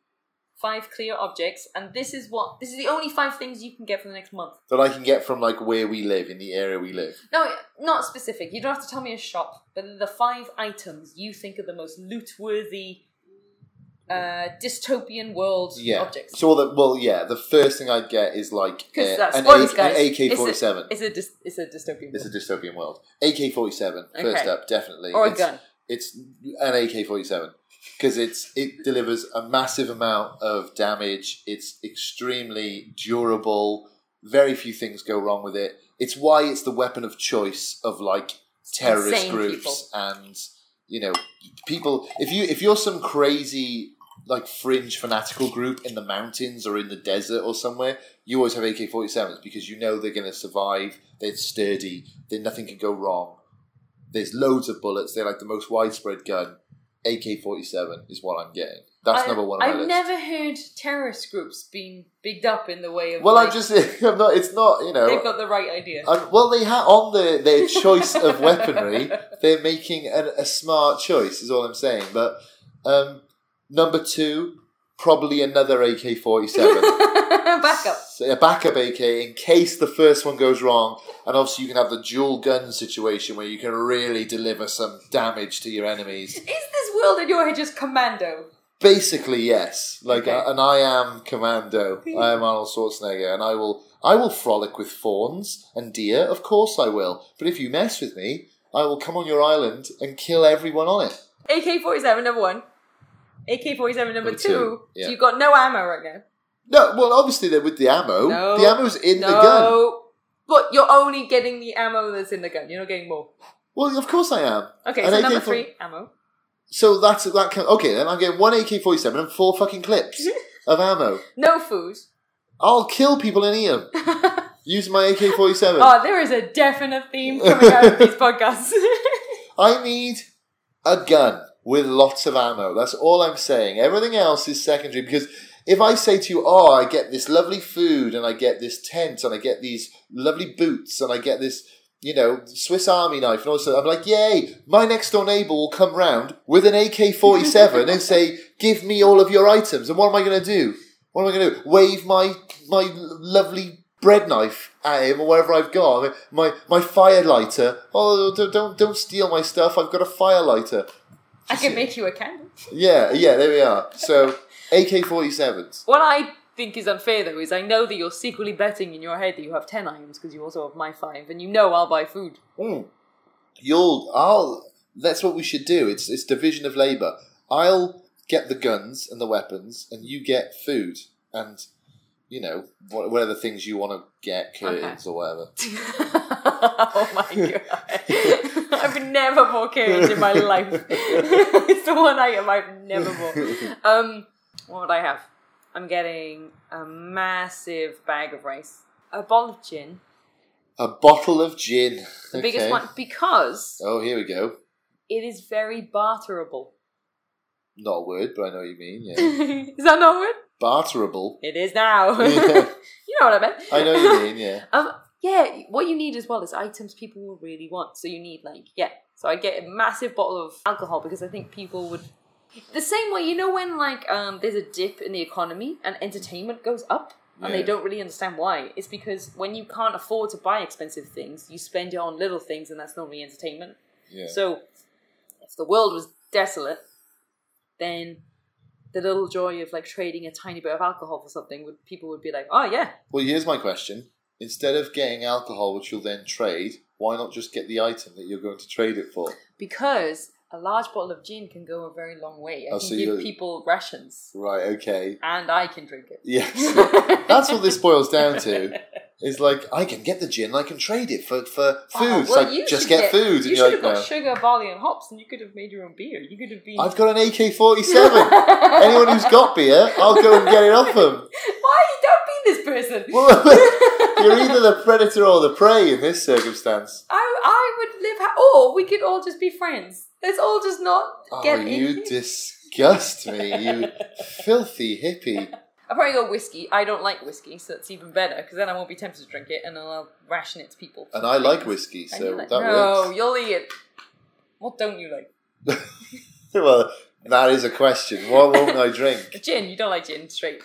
[SPEAKER 1] Five clear objects, and this is what this is the only five things you can get for the next month.
[SPEAKER 2] that I can get from like where we live in the area we live.
[SPEAKER 1] No, not specific. You don't have to tell me a shop, but the five items you think are the most loot-worthy, uh, dystopian world
[SPEAKER 2] Yeah.
[SPEAKER 1] objects.
[SPEAKER 2] So all the well, yeah. The first thing I'd get is like uh,
[SPEAKER 1] 'Cause that's
[SPEAKER 2] an,
[SPEAKER 1] spoilers, guys.
[SPEAKER 2] AK forty seven.
[SPEAKER 1] It's a dys- it's a dystopian
[SPEAKER 2] It's a
[SPEAKER 1] world.
[SPEAKER 2] dystopian world. AK forty seven. First
[SPEAKER 1] Okay.
[SPEAKER 2] up, definitely.
[SPEAKER 1] or a
[SPEAKER 2] it's,
[SPEAKER 1] gun.
[SPEAKER 2] It's an AK forty seven because it's it delivers a massive amount of damage. It's extremely durable. Very few things go wrong with it. It's why it's the weapon of choice of like terrorist
[SPEAKER 1] Insane
[SPEAKER 2] groups
[SPEAKER 1] people.
[SPEAKER 2] and you know people if you if you're some crazy like fringe fanatical group in the mountains or in the desert or somewhere you always have AK47s because you know they're going to survive they're sturdy they nothing can go wrong there's loads of bullets they're like the most widespread gun AK47 is what I'm getting that's
[SPEAKER 1] I-
[SPEAKER 2] number one on my
[SPEAKER 1] I've
[SPEAKER 2] list
[SPEAKER 1] never heard terrorist groups being bigged up in the way of.
[SPEAKER 2] well
[SPEAKER 1] like,
[SPEAKER 2] I'm just (laughs) I'm not it's not you know
[SPEAKER 1] They've got the right idea.
[SPEAKER 2] Um, well, they have on the,
[SPEAKER 1] (laughs)
[SPEAKER 2] their choice of weaponry. They're making an, a smart choice, is all I'm saying. But um, number two, probably another AK
[SPEAKER 1] (laughs)
[SPEAKER 2] forty-seven,
[SPEAKER 1] Backup.
[SPEAKER 2] so a backup AK in case the first one goes wrong. And obviously, you can have the dual gun situation where you can really deliver some damage to your enemies.
[SPEAKER 1] Is this world in your head just commando?
[SPEAKER 2] Basically, yes. Like,
[SPEAKER 1] Okay.
[SPEAKER 2] uh, and I am Commando. I am Arnold Schwarzenegger, and I will, I will frolic with fawns and deer. Of course, I will. But if you mess with me, I will come on your island and kill everyone on it.
[SPEAKER 1] AK forty seven number one. AK forty seven number
[SPEAKER 2] Number
[SPEAKER 1] two.
[SPEAKER 2] two, yeah.
[SPEAKER 1] So you've got no ammo right now.
[SPEAKER 2] No, well, obviously they're with the ammo.
[SPEAKER 1] No.
[SPEAKER 2] The ammo's in
[SPEAKER 1] no.
[SPEAKER 2] the gun.
[SPEAKER 1] But you're only getting the ammo that's in the gun. You're not getting more.
[SPEAKER 2] Well, of course I am.
[SPEAKER 1] Okay,
[SPEAKER 2] An
[SPEAKER 1] so number
[SPEAKER 2] AK-4
[SPEAKER 1] three, ammo.
[SPEAKER 2] So that's that. Can, okay, then I'm getting one AK forty-seven and four fucking clips of ammo.
[SPEAKER 1] No food.
[SPEAKER 2] I'll kill people in here. Use my AK forty-seven.
[SPEAKER 1] (laughs) Oh, there is a definite theme coming out
[SPEAKER 2] (laughs)
[SPEAKER 1] of these podcasts.
[SPEAKER 2] I need a gun with lots of ammo. That's all I'm saying. Everything else is secondary because if I say to you, oh, I get this lovely food and I get this tent and I get these lovely boots and I get this, you know, Swiss Army knife and all this, I'm like, yay, my next door neighbor will come round with an AK 47 and say, give me all of your items. And what am I going to do? What am I going to do? Wave my my lovely bread knife at him or whatever I've got. I mean, my my fire lighter. Oh, don't don't don't steal my stuff. I've got a fire lighter.
[SPEAKER 1] I can make you a candle.
[SPEAKER 2] Yeah, yeah. There we are. So (laughs) AK forty sevens.
[SPEAKER 1] What I think is unfair though is I know that you're secretly betting in your head that you have 10 items because you also have my 5 and you know I'll buy food.
[SPEAKER 2] Mm. You'll. I'll. That's what we should do. It's it's division of labor. I'll get the guns and the weapons, and you get food and you know wha- whatever things you want to get, curtains or whatever.
[SPEAKER 1] (laughs) oh my god. I've never bought carrots in my life. (laughs) it's the one item I've never bought. Um, what would I have? I'm getting a massive bag of rice, a bottle of gin,
[SPEAKER 2] A bottle of gin.
[SPEAKER 1] the biggest
[SPEAKER 2] Okay.
[SPEAKER 1] one, because
[SPEAKER 2] Oh, here we go.
[SPEAKER 1] it is very barterable.
[SPEAKER 2] Not a word, but I know what you mean. Yeah.
[SPEAKER 1] (laughs)
[SPEAKER 2] (laughs)
[SPEAKER 1] is that not a word?
[SPEAKER 2] Barterable.
[SPEAKER 1] It is
[SPEAKER 2] (laughs)
[SPEAKER 1] now. (laughs)
[SPEAKER 2] Yeah.
[SPEAKER 1] you know what I meant.
[SPEAKER 2] I know what you mean. Yeah.
[SPEAKER 1] Um, yeah, what you need as well is items people will really want. So you need like yeah. So I get a massive bottle of alcohol because I think people would. The same way you know when like um, there's a dip in the economy and entertainment goes up (laughs) and they
[SPEAKER 2] Yeah.
[SPEAKER 1] don't really understand why. It's because when you can't afford to buy expensive things, you spend it on little things, and that's normally entertainment.
[SPEAKER 2] Yeah.
[SPEAKER 1] So if the world was desolate, then the little joy of like trading a tiny bit of alcohol for something would people would be like, oh yeah,
[SPEAKER 2] Well, here's my question. Instead of getting alcohol, which you'll then trade, why not just get the item that you're going to trade it for?
[SPEAKER 1] because a large bottle of gin can go a very long way. I
[SPEAKER 2] Oh,
[SPEAKER 1] can
[SPEAKER 2] so
[SPEAKER 1] give
[SPEAKER 2] you-
[SPEAKER 1] people rations,
[SPEAKER 2] Right, okay. (laughs)
[SPEAKER 1] and I can drink it.
[SPEAKER 2] Yes.
[SPEAKER 1] (laughs)
[SPEAKER 2] That's what this boils down to. Is like I can get the gin, I can trade it for for food.
[SPEAKER 1] Oh,
[SPEAKER 2] It's
[SPEAKER 1] well,
[SPEAKER 2] like
[SPEAKER 1] you should
[SPEAKER 2] just get, food, and
[SPEAKER 1] You
[SPEAKER 2] you're
[SPEAKER 1] should
[SPEAKER 2] like,
[SPEAKER 1] have got
[SPEAKER 2] no.
[SPEAKER 1] sugar, barley, and hops, and you could have made your own beer. You could have been.
[SPEAKER 2] I've got (laughs) an AK
[SPEAKER 1] (laughs)
[SPEAKER 2] forty-seven. Anyone who's got beer, I'll go and get it off them.
[SPEAKER 1] Why you don't be this person?
[SPEAKER 2] Well, (laughs) you're either the predator or the prey in this circumstance.
[SPEAKER 1] (laughs) I, I would live. Ha- or we could all just be friends. Let's all just not
[SPEAKER 2] Oh,
[SPEAKER 1] get in.
[SPEAKER 2] you disgust me, you filthy hippie.
[SPEAKER 1] I'll probably go whiskey. I don't like whiskey, so that's even better because then I won't be tempted to drink it and then I'll ration it to people.
[SPEAKER 2] And I like whiskey,
[SPEAKER 1] And
[SPEAKER 2] so
[SPEAKER 1] you're like,
[SPEAKER 2] that
[SPEAKER 1] no,
[SPEAKER 2] works.
[SPEAKER 1] you'll eat it. What don't you like?
[SPEAKER 2] well, that is a question. What won't I
[SPEAKER 1] (laughs)
[SPEAKER 2] drink?
[SPEAKER 1] Gin, you don't like gin, straight.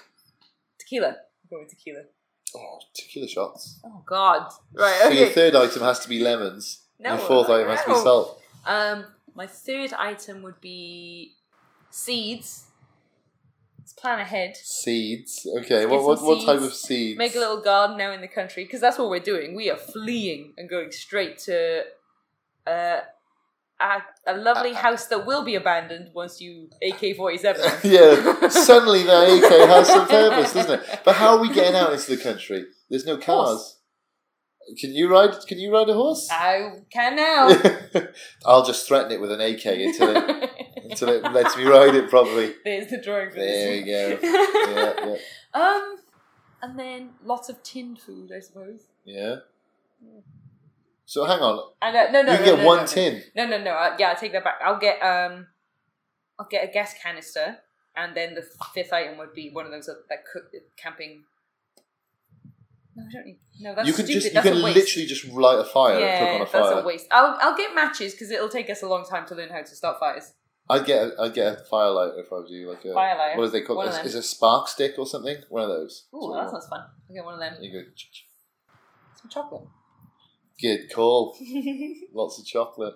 [SPEAKER 1] Tequila. I'm going with tequila.
[SPEAKER 2] Oh, tequila shots.
[SPEAKER 1] Oh God! Right.
[SPEAKER 2] So your
[SPEAKER 1] Okay.
[SPEAKER 2] third item has to be lemons.
[SPEAKER 1] No,
[SPEAKER 2] your fourth item has to be
[SPEAKER 1] no.
[SPEAKER 2] salt.
[SPEAKER 1] Um, my third item would be seeds. Let's plan ahead.
[SPEAKER 2] Seeds. Okay,
[SPEAKER 1] Let's
[SPEAKER 2] what,
[SPEAKER 1] get
[SPEAKER 2] what,
[SPEAKER 1] some
[SPEAKER 2] what type
[SPEAKER 1] seeds.
[SPEAKER 2] of seeds?
[SPEAKER 1] Make a little garden now in the country because that's what we're doing. We are fleeing and going straight to uh, a, a lovely
[SPEAKER 2] Uh,
[SPEAKER 1] house that will be abandoned once you AK forty seven.
[SPEAKER 2] (laughs) (laughs)
[SPEAKER 1] (laughs)
[SPEAKER 2] yeah, suddenly the AK has some purpose, doesn't it? But how are we getting out into the country? There's no cars. Can you ride? Can you ride a horse?
[SPEAKER 1] I can now.
[SPEAKER 2] (laughs) I'll just threaten it with an AK until it
[SPEAKER 1] (laughs)
[SPEAKER 2] until it lets me ride it properly.
[SPEAKER 1] There's the drawing for
[SPEAKER 2] There
[SPEAKER 1] this
[SPEAKER 2] we go.
[SPEAKER 1] one. (laughs)
[SPEAKER 2] Yeah, yeah,
[SPEAKER 1] Um, and then lots of tinned food, I suppose.
[SPEAKER 2] yeah. So hang on,
[SPEAKER 1] I know, no, no,
[SPEAKER 2] you can
[SPEAKER 1] no,
[SPEAKER 2] get
[SPEAKER 1] no,
[SPEAKER 2] one
[SPEAKER 1] no, no.
[SPEAKER 2] tin.
[SPEAKER 1] No, no, no. I, yeah, I take that back. I'll get um, I'll get a gas canister, and then the fifth item would be one of those that, that cook camping. No, I don't need. No, that's
[SPEAKER 2] you can
[SPEAKER 1] stupid.
[SPEAKER 2] just you
[SPEAKER 1] that's
[SPEAKER 2] can
[SPEAKER 1] a waste.
[SPEAKER 2] literally just light a fire
[SPEAKER 1] yeah,
[SPEAKER 2] and
[SPEAKER 1] that's
[SPEAKER 2] cook on a
[SPEAKER 1] a
[SPEAKER 2] fire.
[SPEAKER 1] waste. I'll I'll get matches because it'll take us a long time to learn how to start fires.
[SPEAKER 2] I'd get a, I'd get a firelighter if I was you, like a
[SPEAKER 1] Fire lighter.
[SPEAKER 2] what is they called?
[SPEAKER 1] One of
[SPEAKER 2] Is,
[SPEAKER 1] them.
[SPEAKER 2] is it a spark stick or something? One of those.
[SPEAKER 1] Ooh, that sounds fun. I'll get one of them.
[SPEAKER 2] you go, "Ch- ch-
[SPEAKER 1] Some chocolate. (laughs)
[SPEAKER 2] good call. Lots of chocolate.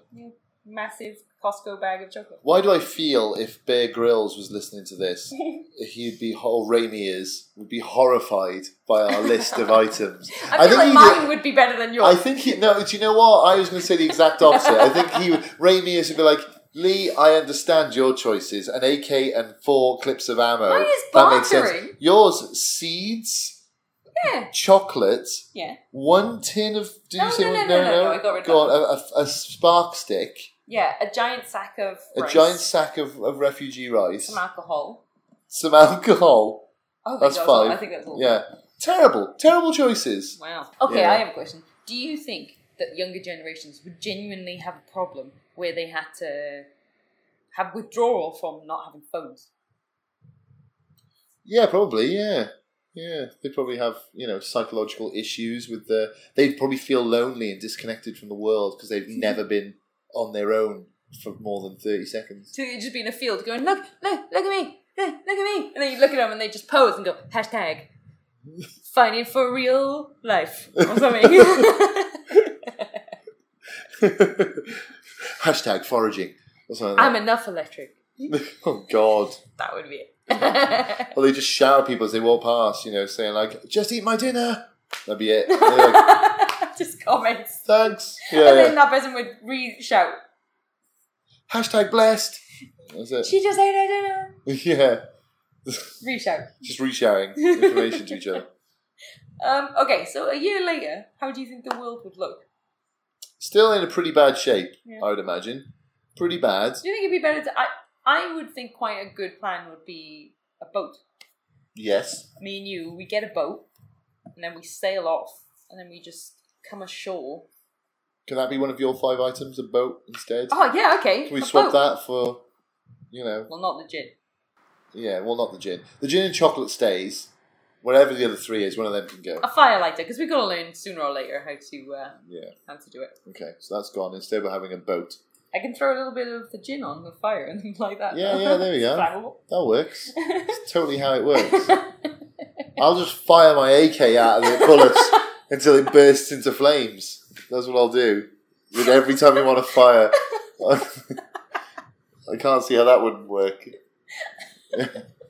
[SPEAKER 1] Massive Costco bag of chocolate. (laughs)
[SPEAKER 2] Why do I feel if Bear Grylls was listening to this, he'd be or Raimi is would be horrified by our list
[SPEAKER 1] (laughs)
[SPEAKER 2] of items.
[SPEAKER 1] I feel like
[SPEAKER 2] he
[SPEAKER 1] mine
[SPEAKER 2] did-
[SPEAKER 1] would be better than
[SPEAKER 2] I
[SPEAKER 1] yours.
[SPEAKER 2] think he no. Do you know what? I was going to say the exact opposite. I think he would- Raimi is would be like Lee. I understand your choices: an AK and four clips of ammo.
[SPEAKER 1] Mine is bartering.
[SPEAKER 2] Yours seeds,
[SPEAKER 1] Yeah.
[SPEAKER 2] chocolate,
[SPEAKER 1] Yeah.
[SPEAKER 2] one tin of. Did
[SPEAKER 1] No,
[SPEAKER 2] you say
[SPEAKER 1] no,
[SPEAKER 2] one-
[SPEAKER 1] no, no, no, no, I got rid of
[SPEAKER 2] Go on, a, a, a spark stick,
[SPEAKER 1] Yeah, a giant sack of
[SPEAKER 2] a
[SPEAKER 1] rice,
[SPEAKER 2] giant sack of, of refugee rice,
[SPEAKER 1] some alcohol.
[SPEAKER 2] some alcohol.
[SPEAKER 1] Oh,
[SPEAKER 2] That's
[SPEAKER 1] that was all- I
[SPEAKER 2] five.
[SPEAKER 1] think that's all.
[SPEAKER 2] Yeah, terrible, terrible choices.
[SPEAKER 1] Wow. Okay,
[SPEAKER 2] Yeah.
[SPEAKER 1] I have a question. Do you think that younger generations would genuinely have a problem where they had to have withdrawal from not having phones?
[SPEAKER 2] Yeah, probably. Yeah, yeah. They probably have you know psychological issues with the. They probably feel lonely and disconnected from the world because
[SPEAKER 1] Hmm.
[SPEAKER 2] they've never been on their own for more than thirty seconds. (laughs)
[SPEAKER 1] So you'd just be in a field going, look, look, look at me. "Eh, look at me. And then you look at them and they just pose and go,
[SPEAKER 2] (laughs)
[SPEAKER 1] hashtag, fighting for real life
[SPEAKER 2] (laughs)
[SPEAKER 1] or something. (laughs)
[SPEAKER 2] Hashtag foraging. Or something like
[SPEAKER 1] I'm enough electric.
[SPEAKER 2] that. (laughs) oh God.
[SPEAKER 1] That would be it.
[SPEAKER 2] Well, they just shout at people as they walk past, you know, saying like, "Just eat my dinner." That'd
[SPEAKER 1] (laughs)
[SPEAKER 2] be it. They're
[SPEAKER 1] (laughs)
[SPEAKER 2] like,
[SPEAKER 1] just comments.
[SPEAKER 2] Thanks.
[SPEAKER 1] And
[SPEAKER 2] Yeah.
[SPEAKER 1] then
[SPEAKER 2] yeah.
[SPEAKER 1] that person would re shout,
[SPEAKER 2] Hashtag blessed. That's it. (laughs)
[SPEAKER 1] she just ate her dinner.
[SPEAKER 2] yeah. (laughs)
[SPEAKER 1] Re shout.
[SPEAKER 2] Just re-shouting information to each other.
[SPEAKER 1] Um, okay, so a year later, how do you think the world would look?
[SPEAKER 2] Still in a pretty bad shape,
[SPEAKER 1] Yeah.
[SPEAKER 2] I would imagine. Pretty bad.
[SPEAKER 1] Do you think it'd be better to. I, I would think quite a good plan would be a boat.
[SPEAKER 2] Yes.
[SPEAKER 1] me and you, we get a boat, and then we sail off, and then we just come ashore.
[SPEAKER 2] Can that be one of your five items? A boat instead.
[SPEAKER 1] Oh yeah, okay.
[SPEAKER 2] Can we
[SPEAKER 1] a
[SPEAKER 2] swap
[SPEAKER 1] boat.
[SPEAKER 2] that for, you know,
[SPEAKER 1] Well, not the gin.
[SPEAKER 2] yeah? Well, not the gin. The gin and chocolate stays. Whatever the other three is, one of them can go.
[SPEAKER 1] A firelighter, because we gotta learn sooner or later how to uh,
[SPEAKER 2] Yeah.
[SPEAKER 1] how to do it.
[SPEAKER 2] Okay. So that's gone. Instead, we're having a boat.
[SPEAKER 1] I can throw a little bit of the gin on the fire and things like that.
[SPEAKER 2] Yeah,
[SPEAKER 1] (laughs)
[SPEAKER 2] yeah, there we go.
[SPEAKER 1] Flammable.
[SPEAKER 2] That works. It's totally how
[SPEAKER 1] (laughs)
[SPEAKER 2] it works. I'll just fire my AK out of the bullets until it bursts into flames. That's what I'll do. With every time you want to fire. (laughs) I can't see how that wouldn't work. (laughs)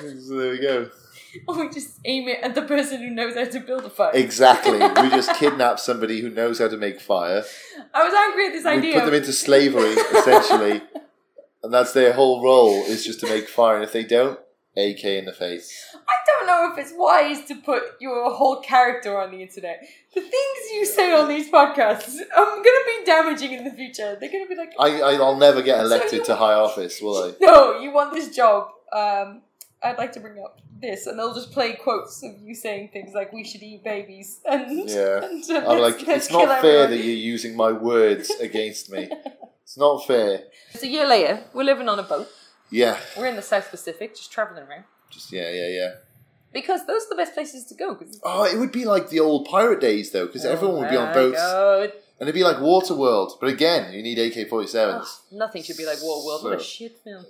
[SPEAKER 2] so there we go.
[SPEAKER 1] or we just aim it at the person who knows how to build a fire.
[SPEAKER 2] Exactly. We just kidnap somebody who knows how to make fire.
[SPEAKER 1] I was angry at this
[SPEAKER 2] We
[SPEAKER 1] idea.
[SPEAKER 2] put them into slavery, essentially. and that's their whole role is just to make fire. And if they don't, AK in the face.
[SPEAKER 1] I don't know if it's wise to put your whole character on the internet. The things you say on these podcasts, I'm gonna be damaging in the future. They're gonna be like,
[SPEAKER 2] I, I, I'll never get elected
[SPEAKER 1] you-
[SPEAKER 2] to high office, will I?
[SPEAKER 1] No, you want this job. Um, I'd like to bring up this, and they'll just play quotes of you saying things like "we should eat babies" (laughs) and
[SPEAKER 2] Yeah.
[SPEAKER 1] and, uh,
[SPEAKER 2] I'm
[SPEAKER 1] let's-
[SPEAKER 2] like,
[SPEAKER 1] let's
[SPEAKER 2] it's not
[SPEAKER 1] kill
[SPEAKER 2] fair
[SPEAKER 1] everyone."
[SPEAKER 2] that you're using my words against me. It's not fair.
[SPEAKER 1] It's a year later. We're living on a boat.
[SPEAKER 2] Yeah,
[SPEAKER 1] We're in the South Pacific, just traveling around
[SPEAKER 2] just yeah, yeah, yeah.
[SPEAKER 1] because those are the best places to go. Because
[SPEAKER 2] Oh, it would be like the old pirate days though,
[SPEAKER 1] Oh,
[SPEAKER 2] because everyone would be on boats, and it'd be like Waterworld. But again, you need AK-47s.
[SPEAKER 1] nothing should be like War World. What a
[SPEAKER 2] So-
[SPEAKER 1] shit film.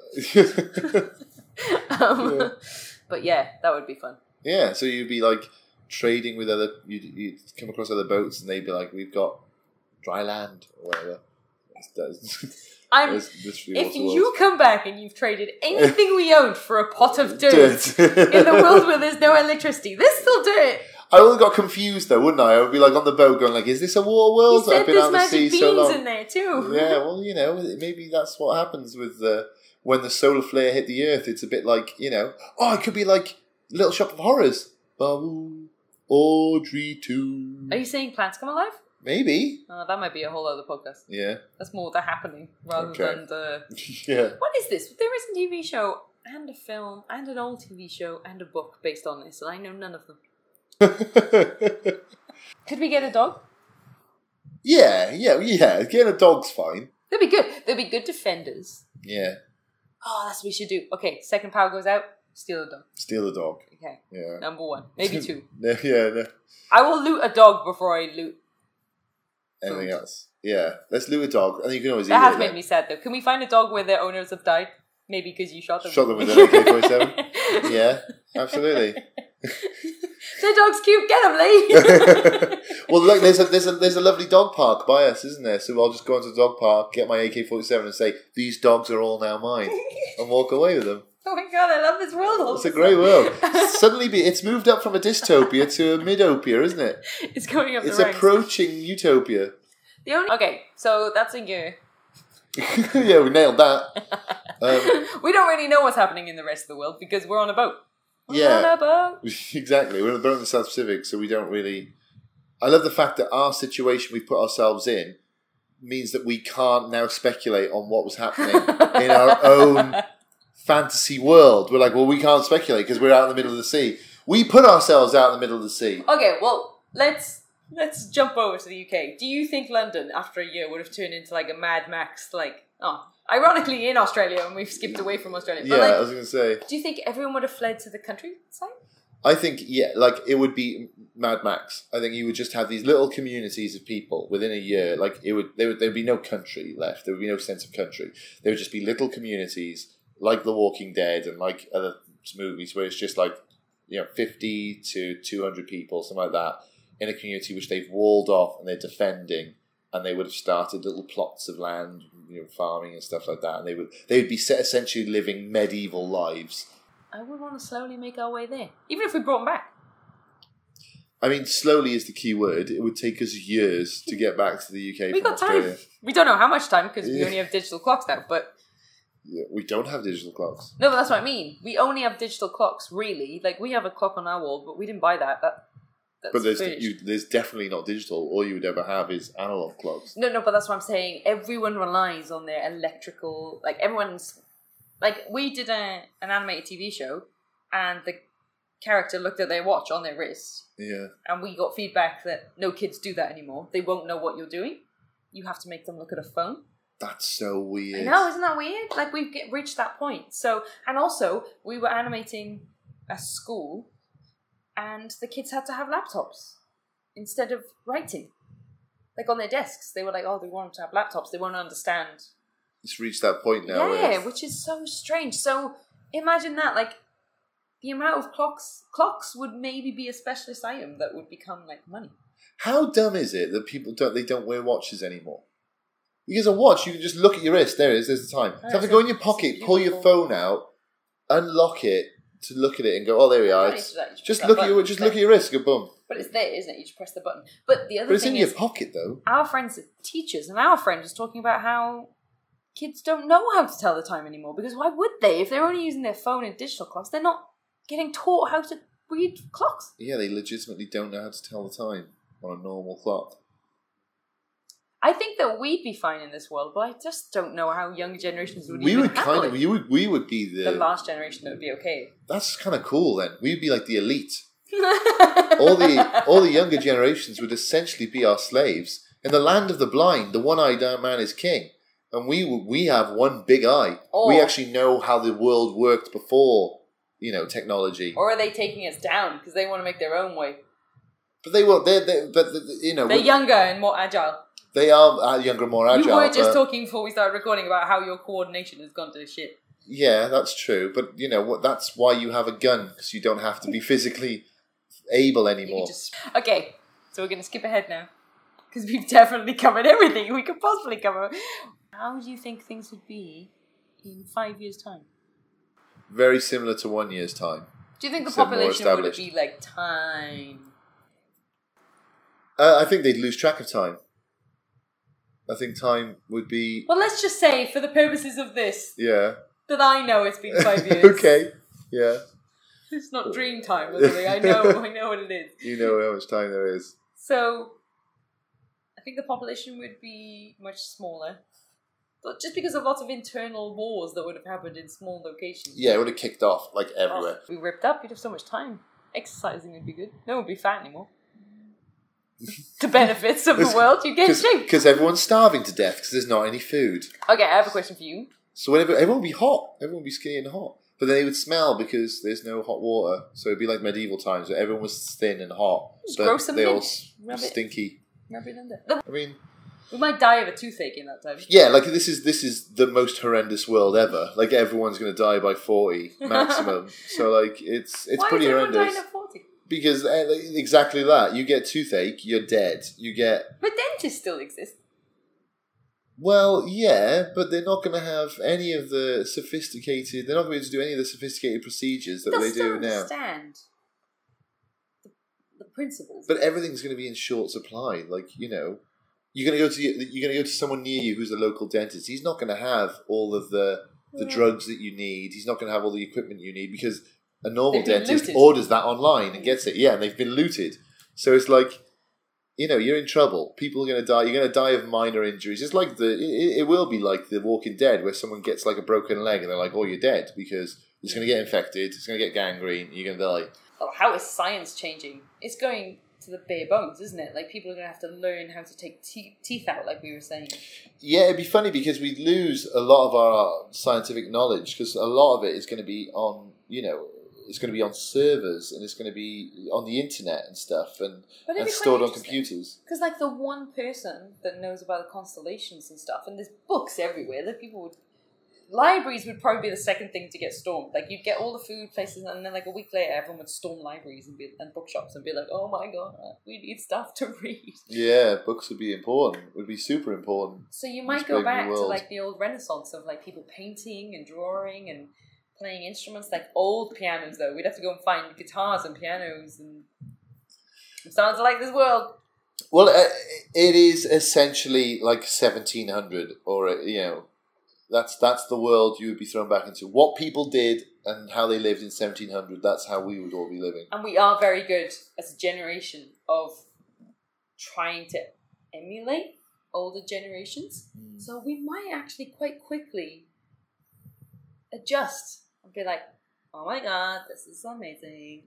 [SPEAKER 1] Oh. (laughs) Um,
[SPEAKER 2] Yeah.
[SPEAKER 1] But yeah, that would be fun.
[SPEAKER 2] (laughs) yeah, so you'd be like trading with other. You'd, you'd come across other boats, and they'd be like, "We've got dry land or whatever." That's, that's,
[SPEAKER 1] I'm.
[SPEAKER 2] that's literally
[SPEAKER 1] if
[SPEAKER 2] Waterworld.
[SPEAKER 1] you come back and you've traded anything we owned for a pot of dirt
[SPEAKER 2] (laughs) Dirt.
[SPEAKER 1] in the world where there's no electricity, there's still dirt.
[SPEAKER 2] I would have got confused though, wouldn't I? I would be like on the boat going like, is this a war
[SPEAKER 1] You
[SPEAKER 2] world?
[SPEAKER 1] said
[SPEAKER 2] I've been
[SPEAKER 1] there's
[SPEAKER 2] out the
[SPEAKER 1] magic
[SPEAKER 2] sea
[SPEAKER 1] beans
[SPEAKER 2] so long.
[SPEAKER 1] in there too. (laughs)
[SPEAKER 2] yeah, well, you know, maybe that's what happens with the when the solar flare hit the earth. It's a bit like, you know, oh, it could be like Little Shop of Horrors. Babu, Audrey too.
[SPEAKER 1] Are you saying plants come alive?
[SPEAKER 2] Maybe.
[SPEAKER 1] Oh, that might be a whole other podcast.
[SPEAKER 2] Yeah. (laughs)
[SPEAKER 1] That's more the happening rather
[SPEAKER 2] Okay.
[SPEAKER 1] than the.
[SPEAKER 2] yeah. (laughs)
[SPEAKER 1] What is this? There is a TV show and a film and an old TV show and a book based on this, and I know none of them. Could we get a dog?
[SPEAKER 2] yeah, yeah, yeah. Getting a dog's fine.
[SPEAKER 1] They'd be good. They'd be good defenders.
[SPEAKER 2] Yeah.
[SPEAKER 1] Oh, that's what we should do. Okay, second power goes out. Steal a dog.
[SPEAKER 2] Steal a dog.
[SPEAKER 1] Okay,
[SPEAKER 2] Yeah. (laughs)
[SPEAKER 1] number one, maybe two.
[SPEAKER 2] No, yeah, no.
[SPEAKER 1] I will loot a dog before I loot.
[SPEAKER 2] Anything
[SPEAKER 1] Food.
[SPEAKER 2] else? Yeah. Let's lure a dog. And you can always eat
[SPEAKER 1] That has
[SPEAKER 2] it.
[SPEAKER 1] made
[SPEAKER 2] then.
[SPEAKER 1] me sad though. Can we find a dog where their owners have died? Maybe because you shot them.
[SPEAKER 2] Shot them with an AK-47? Yeah, absolutely.
[SPEAKER 1] (laughs) The dog's cute. Get him,
[SPEAKER 2] (laughs)
[SPEAKER 1] Lee.
[SPEAKER 2] well, look, there's a there's a there's a lovely dog park by us, isn't there? So I'll just go into the dog park, get my AK forty seven, and say these dogs are all now mine, and walk away with them.
[SPEAKER 1] oh my god, I love this world. all
[SPEAKER 2] It's a
[SPEAKER 1] of
[SPEAKER 2] great
[SPEAKER 1] sudden.
[SPEAKER 2] world. Suddenly, be, it's moved up from a dystopia to a midopia, isn't it?
[SPEAKER 1] It's going up
[SPEAKER 2] It's
[SPEAKER 1] the ranks.
[SPEAKER 2] approaching utopia. (laughs)
[SPEAKER 1] the only okay, so that's a year.
[SPEAKER 2] yeah, we nailed that.
[SPEAKER 1] (laughs)
[SPEAKER 2] Um,
[SPEAKER 1] we don't really know what's happening in the rest of the world because we're on a boat. We're
[SPEAKER 2] Yeah.
[SPEAKER 1] on a boat.
[SPEAKER 2] (laughs) exactly. We're both in the South Pacific, so we don't really. I love the fact that our situation we put ourselves in means that we can't now speculate on what was
[SPEAKER 1] (laughs)
[SPEAKER 2] happening in our own fantasy world. We're like, well, we can't speculate because we're out in the middle of the sea. We put ourselves out in the middle of the sea.
[SPEAKER 1] Okay, well let's let's jump over to the UK. Do you think London after a year would have turned into like a Mad Max like oh ironically in Australia and we've skipped away from Australia.
[SPEAKER 2] Yeah,
[SPEAKER 1] But
[SPEAKER 2] I
[SPEAKER 1] like
[SPEAKER 2] was going to say.
[SPEAKER 1] do you think everyone would have fled to the countryside?
[SPEAKER 2] I think, yeah, like it would be Mad Max. I think you would just have these little communities of people within a year. Like it would, there would, there would be no country left. There would be no sense of country. There would just be little communities like The Walking Dead and like other movies where it's just like you know fifty to two hundred people, something like that, in a community which they've walled off and they're defending, and they would have started little plots of land, you know, farming and stuff like that, and they would they would be se- essentially living medieval lives.
[SPEAKER 1] I would want to slowly make our way there, even if we brought them back.
[SPEAKER 2] I mean, slowly is the key word. It would take us years to get back to the
[SPEAKER 1] (laughs)
[SPEAKER 2] UK.
[SPEAKER 1] we
[SPEAKER 2] from
[SPEAKER 1] got
[SPEAKER 2] Australia.
[SPEAKER 1] time. We don't know how much time because we
[SPEAKER 2] Yeah.
[SPEAKER 1] only have digital clocks now. But
[SPEAKER 2] Yeah, we don't have digital clocks.
[SPEAKER 1] no, but that's what I mean. We only have digital clocks, really. Like we have a clock on our wall, but we didn't buy that. That that's
[SPEAKER 2] But there's
[SPEAKER 1] British.
[SPEAKER 2] you, there's definitely not digital. All you would ever have is analog clocks.
[SPEAKER 1] No, no, but that's what I'm saying. Everyone relies on their electrical. Like everyone's, like we did a, an animated TV show, and the character looked at their watch on their wrist,
[SPEAKER 2] Yeah,
[SPEAKER 1] and we got feedback that no kids do that anymore. They won't know what you're doing. You have to make them look at a phone.
[SPEAKER 2] that's so
[SPEAKER 1] I
[SPEAKER 2] weird.
[SPEAKER 1] know, isn't that weird? Like we've get, reached that point. So, and also we were animating a school, and the kids had to have laptops instead of writing. Like on their desks, they were like, "Oh, they want to have laptops. They won't understand."
[SPEAKER 2] It's reached that point now. where
[SPEAKER 1] yeah,
[SPEAKER 2] it's-
[SPEAKER 1] which is so strange. So imagine that, like. The amount of clocks clocks would maybe be a specialist item that would become like money.
[SPEAKER 2] How dumb is it that people don't they don't wear watches anymore? Because a watch, you can just look at your wrist. There it is. There's the time. You have to go in your pocket, pull your phone out, unlock it to look at it, and go, "Oh, there we
[SPEAKER 1] You
[SPEAKER 2] are."
[SPEAKER 1] don't need to
[SPEAKER 2] It's,
[SPEAKER 1] do that, you
[SPEAKER 2] just
[SPEAKER 1] press
[SPEAKER 2] look
[SPEAKER 1] that
[SPEAKER 2] at your
[SPEAKER 1] button.
[SPEAKER 2] just look at your wrist. Go boom.
[SPEAKER 1] But it's there, isn't it? You just press the button. But the other
[SPEAKER 2] But it's
[SPEAKER 1] thing
[SPEAKER 2] in
[SPEAKER 1] is,
[SPEAKER 2] your pocket though.
[SPEAKER 1] our friends are teachers, and our friend was talking about how kids don't know how to tell the time anymore because why would they? If they're only using their phone and digital clocks, they're not getting taught how to read clocks.
[SPEAKER 2] Yeah, they legitimately don't know how to tell the time on a normal clock.
[SPEAKER 1] I think that we'd be fine in this world, but I just don't know how younger generations would.
[SPEAKER 2] We
[SPEAKER 1] even
[SPEAKER 2] would
[SPEAKER 1] handle
[SPEAKER 2] kind of
[SPEAKER 1] it.
[SPEAKER 2] you would we would be
[SPEAKER 1] the
[SPEAKER 2] the,
[SPEAKER 1] last generation that would be
[SPEAKER 2] (laughs)
[SPEAKER 1] okay.
[SPEAKER 2] that's kind of cool then. We'd be like the elite.
[SPEAKER 1] (laughs)
[SPEAKER 2] All the all the younger generations would essentially be our slaves. In the land of the blind, the one-eyed man is king, and we w- we have one big eye. We
[SPEAKER 1] Or-
[SPEAKER 2] actually know how the world worked before, you know, technology.
[SPEAKER 1] or are they taking us down because they want to make their own way?
[SPEAKER 2] but they will. They they but the- the- you know
[SPEAKER 1] They're
[SPEAKER 2] we-
[SPEAKER 1] younger and more agile.
[SPEAKER 2] they are uh, younger, more agile.
[SPEAKER 1] we were just
[SPEAKER 2] but-
[SPEAKER 1] talking before we started recording about how your coordination has gone to shit.
[SPEAKER 2] Yeah, that's true. But you know what? That's why you have a gun because you don't have to be physically able
[SPEAKER 1] You
[SPEAKER 2] anymore.
[SPEAKER 1] could just okay. So we're gonna skip ahead now because we've (laughs) definitely covered everything we could possibly cover. How do you think things would be in five years' time?
[SPEAKER 2] Very similar to one year's time.
[SPEAKER 1] Do you think the
[SPEAKER 2] Except more
[SPEAKER 1] population would
[SPEAKER 2] established.
[SPEAKER 1] be like time?
[SPEAKER 2] Uh, I think they'd lose track of time. I think time would be
[SPEAKER 1] Well, let's just say, for the purposes of this,
[SPEAKER 2] yeah.
[SPEAKER 1] that I know it's been
[SPEAKER 2] (laughs)
[SPEAKER 1] five years.
[SPEAKER 2] okay. Yeah,
[SPEAKER 1] it's not dream time or something. I
[SPEAKER 2] (laughs)
[SPEAKER 1] know, I know what it is.
[SPEAKER 2] you know how much time there is.
[SPEAKER 1] So, I think the population would be much smaller, but just because of lots of internal wars that would have happened in small locations.
[SPEAKER 2] Yeah, it would have kicked off like everywhere.
[SPEAKER 1] Oh, we ripped up, you'd have so much time. Exercising would be good. No one would be fat
[SPEAKER 2] (laughs)
[SPEAKER 1] anymore. the benefits of the
[SPEAKER 2] It's-
[SPEAKER 1] world, you get in shape.
[SPEAKER 2] Because everyone's starving to death because there's not any food.
[SPEAKER 1] Okay, I have a question for you.
[SPEAKER 2] So whenever everyone would be hot, everyone would be skinny and hot. But then they would smell because there's no hot water. So it'd be like medieval times where everyone was thin and hot.
[SPEAKER 1] Just
[SPEAKER 2] but
[SPEAKER 1] grow some
[SPEAKER 2] they all
[SPEAKER 1] mint.
[SPEAKER 2] s-
[SPEAKER 1] Rub it.
[SPEAKER 2] stinky.
[SPEAKER 1] Rub it under. No,
[SPEAKER 2] I mean,
[SPEAKER 1] We might die of a toothache in that time.
[SPEAKER 2] yeah, like this is this is the most horrendous world ever. Like everyone's gonna die
[SPEAKER 1] (laughs)
[SPEAKER 2] by forty maximum. so like it's it's
[SPEAKER 1] Why
[SPEAKER 2] pretty
[SPEAKER 1] is everyone
[SPEAKER 2] horrendous
[SPEAKER 1] dying at 40?
[SPEAKER 2] because eh, like, exactly that. You get toothache, you're dead. You get
[SPEAKER 1] But dentists still exist.
[SPEAKER 2] Well, yeah, but they're not going to have any of the sophisticated. They're not going to be able to do any of the sophisticated procedures that
[SPEAKER 1] They'll
[SPEAKER 2] they
[SPEAKER 1] still
[SPEAKER 2] do now.
[SPEAKER 1] understand the, the principles.
[SPEAKER 2] But everything's going to be in short supply. Like you know, you're going to go to your- you're going to go to someone near you who's a local dentist. He's not going to have all of the the
[SPEAKER 1] Yeah.
[SPEAKER 2] drugs that you need. He's not going to have all the equipment you need because a normal
[SPEAKER 1] They've been
[SPEAKER 2] dentist
[SPEAKER 1] looted.
[SPEAKER 2] orders that online and gets it. Yeah, and they've been looted. So it's like, you know, you're in trouble. People are going to die. You're going to die of minor injuries. It's like the it, it will be like the Walking Dead where someone gets like a broken leg and they're like, oh, you're dead because it's going to get infected. It's going to get gangrene. You're going to die.
[SPEAKER 1] oh, how is science changing? It's going to the bare bones, isn't it? Like people are going to have to learn how to take te- teeth out, like we were saying.
[SPEAKER 2] Yeah, it'd be funny because we lose a lot of our scientific knowledge because a lot of it is going to be on you know it's going to be on servers and it's going to be on the internet and stuff and,
[SPEAKER 1] But it'd
[SPEAKER 2] and
[SPEAKER 1] be quite
[SPEAKER 2] stored on
[SPEAKER 1] interesting.
[SPEAKER 2] computers.
[SPEAKER 1] Because like the one person that knows about the constellations and stuff, and there's books everywhere that people would libraries would probably be the second thing to get stormed. Like you'd get all the food places, and then like a week later, everyone would storm libraries and be and bookshops and be like, "Oh my god, we need stuff to (laughs) read."
[SPEAKER 2] Yeah, books would be important. Would be super important.
[SPEAKER 1] So you
[SPEAKER 2] Just
[SPEAKER 1] might go
[SPEAKER 2] big new
[SPEAKER 1] back to
[SPEAKER 2] world.
[SPEAKER 1] like the old Renaissance of like people painting and drawing and playing instruments, like old pianos. Though we'd have to go and find guitars and pianos, and it sounds like this world.
[SPEAKER 2] Well, uh, it is essentially like seventeen hundred, or uh, you know, that's that's the world you would be thrown back into. What people did and how they lived in seventeen hundred. That's how we would all be living.
[SPEAKER 1] And we are very good as a generation of trying to emulate older generations. So we might actually quite quickly adjust and be like, oh my god, this is amazing.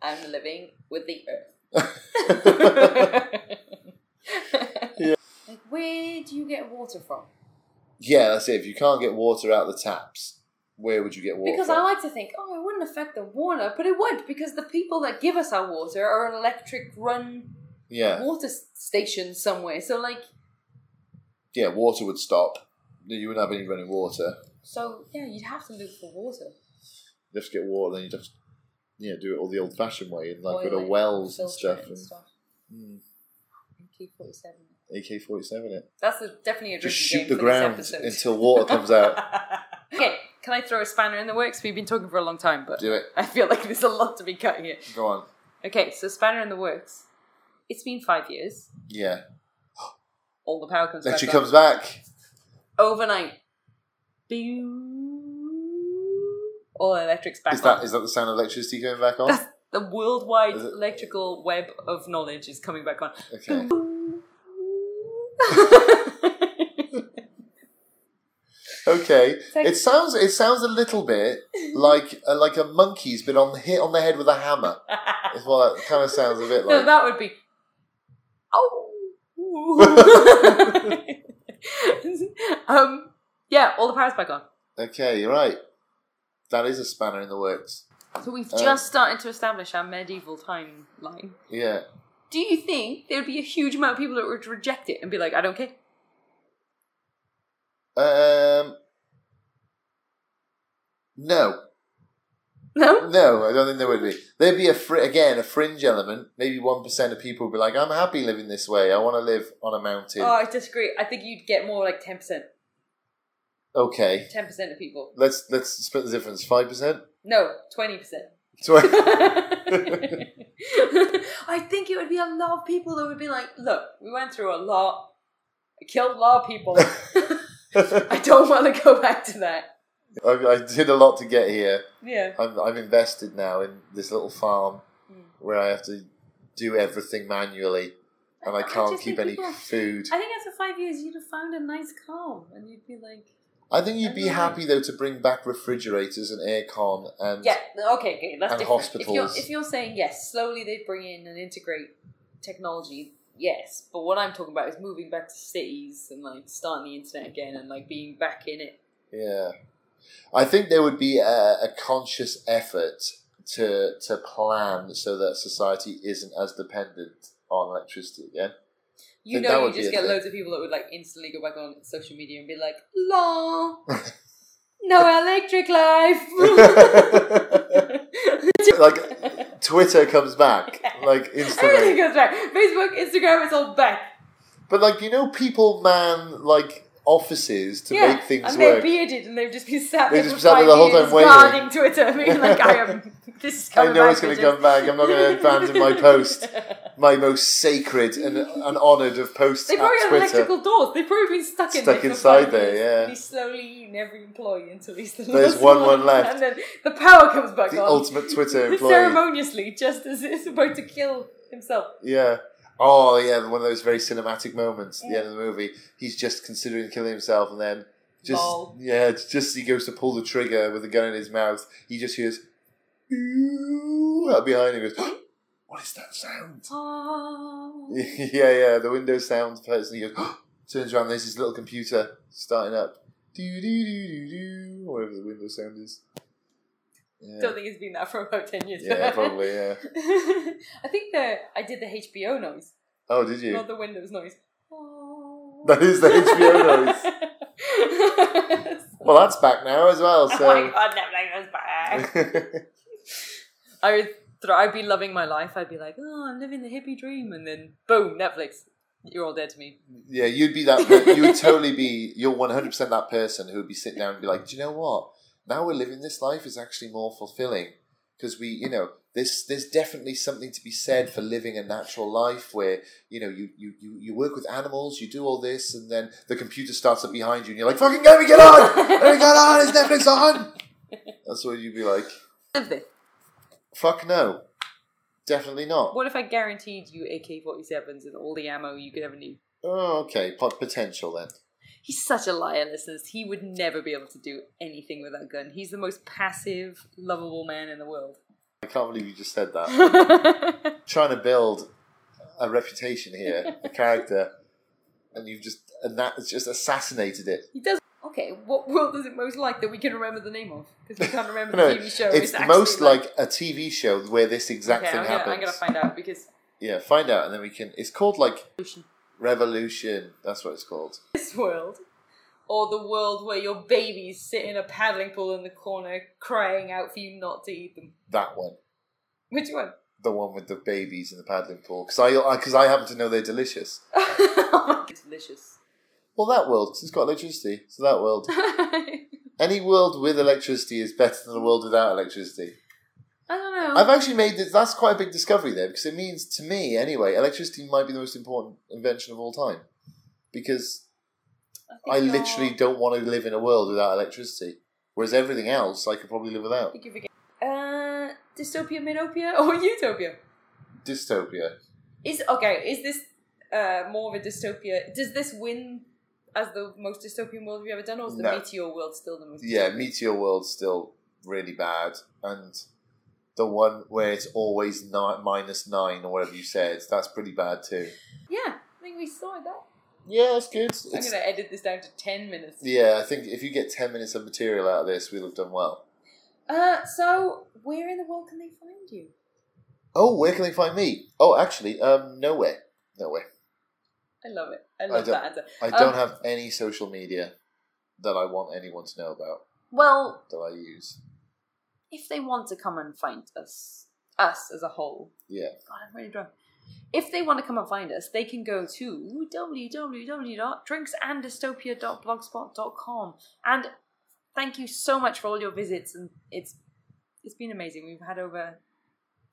[SPEAKER 1] I'm living with the earth. Like, where do you get water from?
[SPEAKER 2] yeah, that's it. If you can't get water out of the taps, where would you get water?
[SPEAKER 1] Because
[SPEAKER 2] from?
[SPEAKER 1] I like to think, oh, it wouldn't affect the water, but it would because the people that give us our water are an electric run
[SPEAKER 2] yeah,
[SPEAKER 1] water s- station somewhere. So, like,
[SPEAKER 2] yeah, water would stop. You wouldn't have any running water.
[SPEAKER 1] so yeah, you'd have to look for water.
[SPEAKER 2] You have to get water, then you would have to yeah do it all the old-fashioned way, and like
[SPEAKER 1] Boil
[SPEAKER 2] go to
[SPEAKER 1] it,
[SPEAKER 2] wells and
[SPEAKER 1] filter
[SPEAKER 2] stuff.
[SPEAKER 1] it
[SPEAKER 2] And,
[SPEAKER 1] stuff.
[SPEAKER 2] mm,
[SPEAKER 1] AK-47.
[SPEAKER 2] AK forty-seven, it
[SPEAKER 1] That's a, definitely a
[SPEAKER 2] just
[SPEAKER 1] drinking
[SPEAKER 2] shoot
[SPEAKER 1] game
[SPEAKER 2] the ground
[SPEAKER 1] for this episode.
[SPEAKER 2] until water
[SPEAKER 1] (laughs)
[SPEAKER 2] comes out.
[SPEAKER 1] okay, can I throw a spanner in the works? We've been talking for a long time, but
[SPEAKER 2] do it.
[SPEAKER 1] (laughs) I feel like there's a lot to be cutting here.
[SPEAKER 2] Go on.
[SPEAKER 1] Okay, so spanner in the works. It's been five years.
[SPEAKER 2] Yeah.
[SPEAKER 1] All the power comes
[SPEAKER 2] Lecture
[SPEAKER 1] back.
[SPEAKER 2] comes back.
[SPEAKER 1] on. Overnight. Bing. All electrics back
[SPEAKER 2] Is that
[SPEAKER 1] on.
[SPEAKER 2] is that the sound of electricity coming back on?
[SPEAKER 1] That's- the worldwide
[SPEAKER 2] Is it-
[SPEAKER 1] electrical web of knowledge is coming back on.
[SPEAKER 2] (laughs)
[SPEAKER 1] (laughs)
[SPEAKER 2] Okay. Okay.
[SPEAKER 1] like- (laughs)
[SPEAKER 2] It sounds it sounds a little bit like a, like a monkey's been on hit on the head with a hammer. Is what that kind of sounds a bit
[SPEAKER 1] No,
[SPEAKER 2] like.
[SPEAKER 1] that would be. Oh. (laughs) um. Yeah, all the power's back on.
[SPEAKER 2] Okay, you're right. That is a spanner in the works.
[SPEAKER 1] So we've
[SPEAKER 2] Uh.
[SPEAKER 1] just started to establish our medieval timeline.
[SPEAKER 2] Yeah.
[SPEAKER 1] Do you think there'd be a huge amount of people that would reject it and be like, "I don't care"?
[SPEAKER 2] Um. No,
[SPEAKER 1] No.
[SPEAKER 2] no, I don't think there would be. There'd be a fr- again a fringe element. Maybe one percent of people would be like, "I'm happy living this way. I want to live on a mountain."
[SPEAKER 1] Oh, I disagree. I think you'd get more like ten percent,
[SPEAKER 2] okay,
[SPEAKER 1] ten percent of people.
[SPEAKER 2] let's let's split the difference. Five percent.
[SPEAKER 1] No, twenty percent.
[SPEAKER 2] (laughs) Twenty.
[SPEAKER 1] (laughs) I think it would be a lot of people that would be like, "Look, we went through a lot. I killed a lot of people." I don't want to go back to that.
[SPEAKER 2] I, I did a lot to get here.
[SPEAKER 1] Yeah.
[SPEAKER 2] I'm, I'm invested now in this little farm
[SPEAKER 1] Mm.
[SPEAKER 2] where I have to do everything manually, and I can't keep any food.
[SPEAKER 1] I think after five years, you'd have found a nice calm, and you'd be like,
[SPEAKER 2] I think
[SPEAKER 1] I
[SPEAKER 2] you'd be
[SPEAKER 1] don't know.
[SPEAKER 2] happy though to bring back refrigerators and aircon and
[SPEAKER 1] "Yeah, okay, okay that's
[SPEAKER 2] And
[SPEAKER 1] different." If
[SPEAKER 2] hospitals.
[SPEAKER 1] you're if you're saying yes, slowly they bring in and integrate technology. Yes, but what I'm talking about is moving back to cities and like starting the internet again and like being back in it.
[SPEAKER 2] Yeah, I think there would be a, a conscious effort to to plan so that society isn't as dependent on electricity again. (laughs)
[SPEAKER 1] You
[SPEAKER 2] Think that
[SPEAKER 1] know,
[SPEAKER 2] would
[SPEAKER 1] you
[SPEAKER 2] be
[SPEAKER 1] just
[SPEAKER 2] a
[SPEAKER 1] get
[SPEAKER 2] thing.
[SPEAKER 1] loads of people that would like instantly go back on social media and be like,
[SPEAKER 2] (laughs)
[SPEAKER 1] "Lol, no electric (laughs) life."
[SPEAKER 2] Like Twitter comes
[SPEAKER 1] (laughs)
[SPEAKER 2] back like
[SPEAKER 1] Everything (laughs)
[SPEAKER 2] instantly,
[SPEAKER 1] goes back. Facebook, Instagram, it's all back.
[SPEAKER 2] but like you know, people man like offices to
[SPEAKER 1] yeah.
[SPEAKER 2] make things
[SPEAKER 1] and
[SPEAKER 2] work.
[SPEAKER 1] they're bearded and they've just been sat
[SPEAKER 2] They've
[SPEAKER 1] there
[SPEAKER 2] just
[SPEAKER 1] for
[SPEAKER 2] sat
[SPEAKER 1] five
[SPEAKER 2] there the whole
[SPEAKER 1] years
[SPEAKER 2] time waiting.
[SPEAKER 1] guarding Twitter, being like, I am. (laughs) This is coming
[SPEAKER 2] I know
[SPEAKER 1] back,
[SPEAKER 2] it's going to
[SPEAKER 1] bitches.
[SPEAKER 2] come back. I'm not going to abandon
[SPEAKER 1] (laughs)
[SPEAKER 2] my post, my most sacred and, and honoured of posts
[SPEAKER 1] They
[SPEAKER 2] at
[SPEAKER 1] probably have
[SPEAKER 2] Twitter.
[SPEAKER 1] electrical doors. They've probably been stuck in
[SPEAKER 2] Stuck
[SPEAKER 1] there for
[SPEAKER 2] inside
[SPEAKER 1] five
[SPEAKER 2] there,
[SPEAKER 1] years.
[SPEAKER 2] yeah.
[SPEAKER 1] And he's slowly eating every employee until he's the
[SPEAKER 2] There's
[SPEAKER 1] last
[SPEAKER 2] one- one left.
[SPEAKER 1] And then the power comes back
[SPEAKER 2] the
[SPEAKER 1] on.
[SPEAKER 2] ultimate Twitter employee.
[SPEAKER 1] Ceremoniously, just as it's about to kill himself.
[SPEAKER 2] yeah. Oh yeah, one of those very cinematic moments at the end of the movie. He's just considering killing himself, and then just
[SPEAKER 1] Lol.
[SPEAKER 2] yeah, it's just he goes to pull the trigger with the gun in his mouth. He just hears "Ooh," out behind him. He goes, (gasps) "What is that sound?"
[SPEAKER 1] Ah.
[SPEAKER 2] (laughs) (laughs) yeah, yeah, the Windows sound person. He goes, (gasps) turns around, there's his little computer starting up. Do, do, do, do, do, whatever the Windows sound is. Yeah,
[SPEAKER 1] Don't think it's been that for about 10 years. (laughs)
[SPEAKER 2] yeah probably, yeah.
[SPEAKER 1] I think the I did the HBO noise,
[SPEAKER 2] Oh, did
[SPEAKER 1] (laughs)
[SPEAKER 2] you?
[SPEAKER 1] not the Windows noise. (laughs)
[SPEAKER 2] That is the HBO noise.
[SPEAKER 1] noise.
[SPEAKER 2] Well, that's back now as well.
[SPEAKER 1] (laughs) oh my
[SPEAKER 2] So.
[SPEAKER 1] god, Netflix is
[SPEAKER 2] (laughs)
[SPEAKER 1] back. I would th- I'd be loving my life. I'd be like, oh, I'm living the hippie dream, and then boom, Netflix. You're all dead to me.
[SPEAKER 2] Yeah, you'd be that. per- You would totally be. You're one hundred percent that person who would be sitting down and be like, "Do you know what? Now we're living this life is actually more fulfilling because we, you know, this there's definitely something to be said for living a natural life where you know you you you, you work with animals, you do all this, and then the computer starts up behind you, and you're like, "Fucking let me get on! Let me get on! Is Netflix on?" That's what you'd be like.
[SPEAKER 1] Live this.
[SPEAKER 2] Fuck no, definitely not.
[SPEAKER 1] What if I guaranteed you AK 47s and all the ammo you could ever need?
[SPEAKER 2] Oh, okay, pot potential then.
[SPEAKER 1] He's such a liar, listeners. He would never be able to do anything with that gun. He's the most passive, lovable man in the world.
[SPEAKER 2] I can't believe you just said that.
[SPEAKER 1] That's
[SPEAKER 2] trying to build a reputation here,
[SPEAKER 1] (laughs)
[SPEAKER 2] a character, and you've just and that has just assassinated it.
[SPEAKER 1] okay, what world is it most like that we can remember the name of? Because we can't remember
[SPEAKER 2] (laughs) No,
[SPEAKER 1] the TV show.
[SPEAKER 2] it's
[SPEAKER 1] actually
[SPEAKER 2] most like a TV show where this exact
[SPEAKER 1] Okay,
[SPEAKER 2] thing
[SPEAKER 1] I'm gonna,
[SPEAKER 2] happens.
[SPEAKER 1] I'm gonna find out because
[SPEAKER 2] yeah, find out, and then we can. It's called like Revolution. That's what it's called.
[SPEAKER 1] this world or the world where your babies sit in a paddling pool in the corner crying out for you not to eat them.
[SPEAKER 2] That one,
[SPEAKER 1] Which one? (laughs)
[SPEAKER 2] the one with the babies in the paddling pool, because I because I happen to know they're delicious.
[SPEAKER 1] oh my god, delicious.
[SPEAKER 2] Well, that world, 'cause it's got electricity. So that
[SPEAKER 1] (laughs)
[SPEAKER 2] world,
[SPEAKER 1] I
[SPEAKER 2] any world with electricity is better than the world without electricity.
[SPEAKER 1] don't know.
[SPEAKER 2] I've actually made this, that's quite a big discovery there because it means to me anyway, electricity might be the most important invention of all time because
[SPEAKER 1] think
[SPEAKER 2] I
[SPEAKER 1] you're-
[SPEAKER 2] literally don't want to live in a world without electricity. Whereas everything else, I could probably live
[SPEAKER 1] I
[SPEAKER 2] without.
[SPEAKER 1] think you're forgetting. Uh, dystopia, minopia, (laughs) or utopia?
[SPEAKER 2] Dystopia.
[SPEAKER 1] Is okay. Is this uh more of a dystopia? Does this win as the most dystopian world we've ever done, or is the
[SPEAKER 2] No.
[SPEAKER 1] meteor world still the most?
[SPEAKER 2] Yeah, meteor world's still really bad, and the one where it's always ni- minus nine or whatever you said, that's pretty bad too.
[SPEAKER 1] Yeah, I think we sorted that.
[SPEAKER 2] Yeah, that's good.
[SPEAKER 1] I'm
[SPEAKER 2] It's-
[SPEAKER 1] gonna edit this down to ten minutes.
[SPEAKER 2] yeah, I think if you get ten minutes of material out of this, we'll have done well.
[SPEAKER 1] Uh, so where in the world can they find you?
[SPEAKER 2] Oh, where can they find me? Oh, actually, um, nowhere, nowhere.
[SPEAKER 1] I love it. I love
[SPEAKER 2] don't-
[SPEAKER 1] that answer.
[SPEAKER 2] I
[SPEAKER 1] Um,
[SPEAKER 2] don't have any social media that I want anyone to know about
[SPEAKER 1] Well,
[SPEAKER 2] that I use.
[SPEAKER 1] if they want to come and find us, us as a whole.
[SPEAKER 2] Yeah.
[SPEAKER 1] God, I'm really drunk. If they want to come and find us, they can go to www.drinksanddystopia.blogspot.com. And thank you so much for all your visits, and it's it's been amazing. We've had over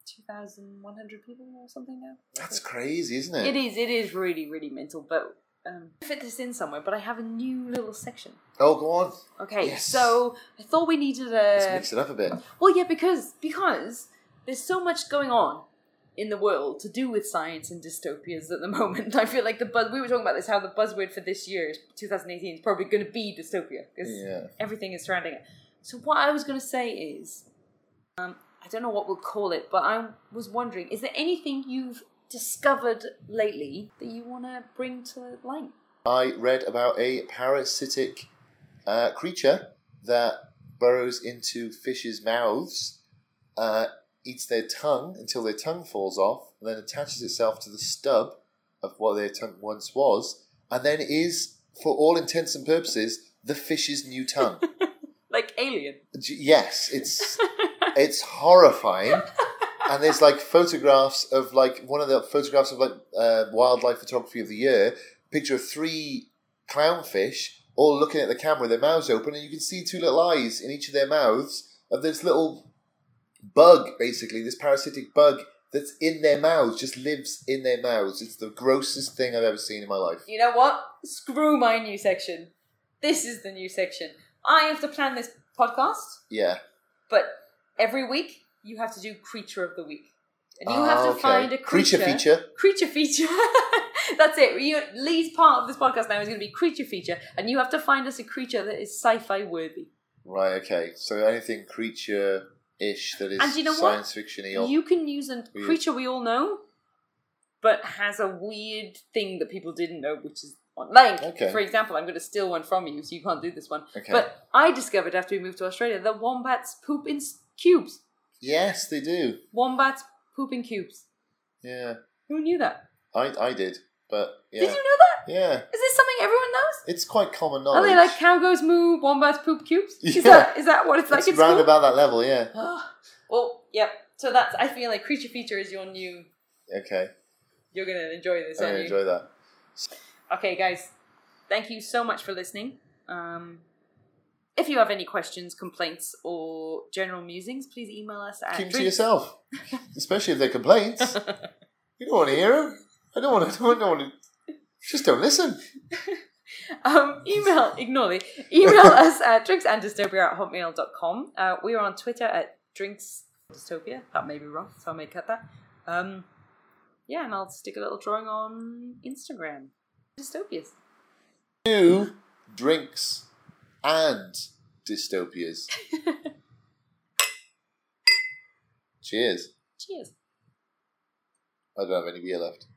[SPEAKER 1] two thousand one hundred people or something now.
[SPEAKER 2] That's crazy, isn't it?
[SPEAKER 1] It is. It is really, really mental. But um, fit this in somewhere. But I have a new little section.
[SPEAKER 2] Oh, go on.
[SPEAKER 1] Okay,
[SPEAKER 2] Yes.
[SPEAKER 1] so I thought we needed
[SPEAKER 2] Let's
[SPEAKER 1] a.
[SPEAKER 2] mix it up a bit.
[SPEAKER 1] Well, yeah, because because there's so much going on in the world to do with science and dystopias at the (laughs) moment. I feel like the buzz. We were talking about this. How the buzzword for this year, is 2018, is probably going to be dystopia because
[SPEAKER 2] Yeah.
[SPEAKER 1] everything is surrounding it. So what I was going to say is, um, I don't know what we'll call it, but I was wondering, is there anything you've discovered lately that you want to bring to light?
[SPEAKER 2] I read about a parasitic uh, creature that burrows into fishes' mouths, uh, eats their tongue until their tongue falls off, and then attaches itself to the stub of what their tongue once was, and then is, for all intents and purposes, the fish's new tongue.
[SPEAKER 1] Like alien.
[SPEAKER 2] J- yes, it's it's horrifying. And there's like photographs of like one of the photographs of like uh, wildlife photography of the year, picture of three clownfish all looking at the camera, their mouths open, and you can see two little eyes in each of their mouths of this little bug, basically this parasitic bug that's in their mouths, just lives in their mouths. It's the grossest thing I've ever seen in my life.
[SPEAKER 1] You know what? Screw my new section. This is the new section. I have to plan this podcast,
[SPEAKER 2] Yeah,
[SPEAKER 1] but every week you have to do creature of the week. And you have
[SPEAKER 2] Ah,
[SPEAKER 1] to
[SPEAKER 2] okay.
[SPEAKER 1] find a creature.
[SPEAKER 2] creature feature.
[SPEAKER 1] Creature feature. (laughs) That's it. You, Lee's part of this podcast now is going to be creature feature, and you have to find us a creature that is sci-fi worthy.
[SPEAKER 2] Right. Okay. So anything creature-ish that is
[SPEAKER 1] And you know what?
[SPEAKER 2] science fiction-y or
[SPEAKER 1] You can use a
[SPEAKER 2] Weird.
[SPEAKER 1] creature we all know, but has a weird thing that people didn't know, which is like,
[SPEAKER 2] Okay.
[SPEAKER 1] for example, I'm going to steal one from you, so you can't do this one.
[SPEAKER 2] okay.
[SPEAKER 1] But I discovered after we moved to Australia that wombats poop in s- cubes.
[SPEAKER 2] yes, they do.
[SPEAKER 1] Wombats poop in cubes.
[SPEAKER 2] Yeah,
[SPEAKER 1] Who knew that?
[SPEAKER 2] I I did. But yeah,
[SPEAKER 1] Did you know that?
[SPEAKER 2] yeah,
[SPEAKER 1] Is this something everyone knows?
[SPEAKER 2] Oh, it's quite common
[SPEAKER 1] Are
[SPEAKER 2] knowledge.
[SPEAKER 1] they like cow goes moo, wombats poop
[SPEAKER 2] (laughs)
[SPEAKER 1] cubes? Is
[SPEAKER 2] Yeah.
[SPEAKER 1] that is that what it's like
[SPEAKER 2] it's
[SPEAKER 1] in
[SPEAKER 2] round
[SPEAKER 1] school?
[SPEAKER 2] about that level. Yeah.
[SPEAKER 1] (gasps) well, yep. So that's I feel like creature feature is your new.
[SPEAKER 2] Okay,
[SPEAKER 1] You're gonna enjoy this,
[SPEAKER 2] I'm
[SPEAKER 1] aren't
[SPEAKER 2] gonna
[SPEAKER 1] you?
[SPEAKER 2] enjoy that.
[SPEAKER 1] okay guys thank you so much for listening um, if you have any questions complaints or general musings please email us at
[SPEAKER 2] Keep 'em to
[SPEAKER 1] drink- (laughs)
[SPEAKER 2] yourself, especially if they're complaints. you don't want to hear them. (laughs) I don't want to. I don't want to. Just don't listen.
[SPEAKER 1] um,
[SPEAKER 2] (laughs)
[SPEAKER 1] email ignore me email us at drinksandystopia at hotmail.com uh, we are on twitter at drinksdystopia that may be wrong so i may cut that um, yeah and i'll stick a little drawing on instagram dystopias
[SPEAKER 2] Two drinks and dystopias.
[SPEAKER 1] (laughs)
[SPEAKER 2] Cheers.
[SPEAKER 1] cheers
[SPEAKER 2] I don't have any beer left.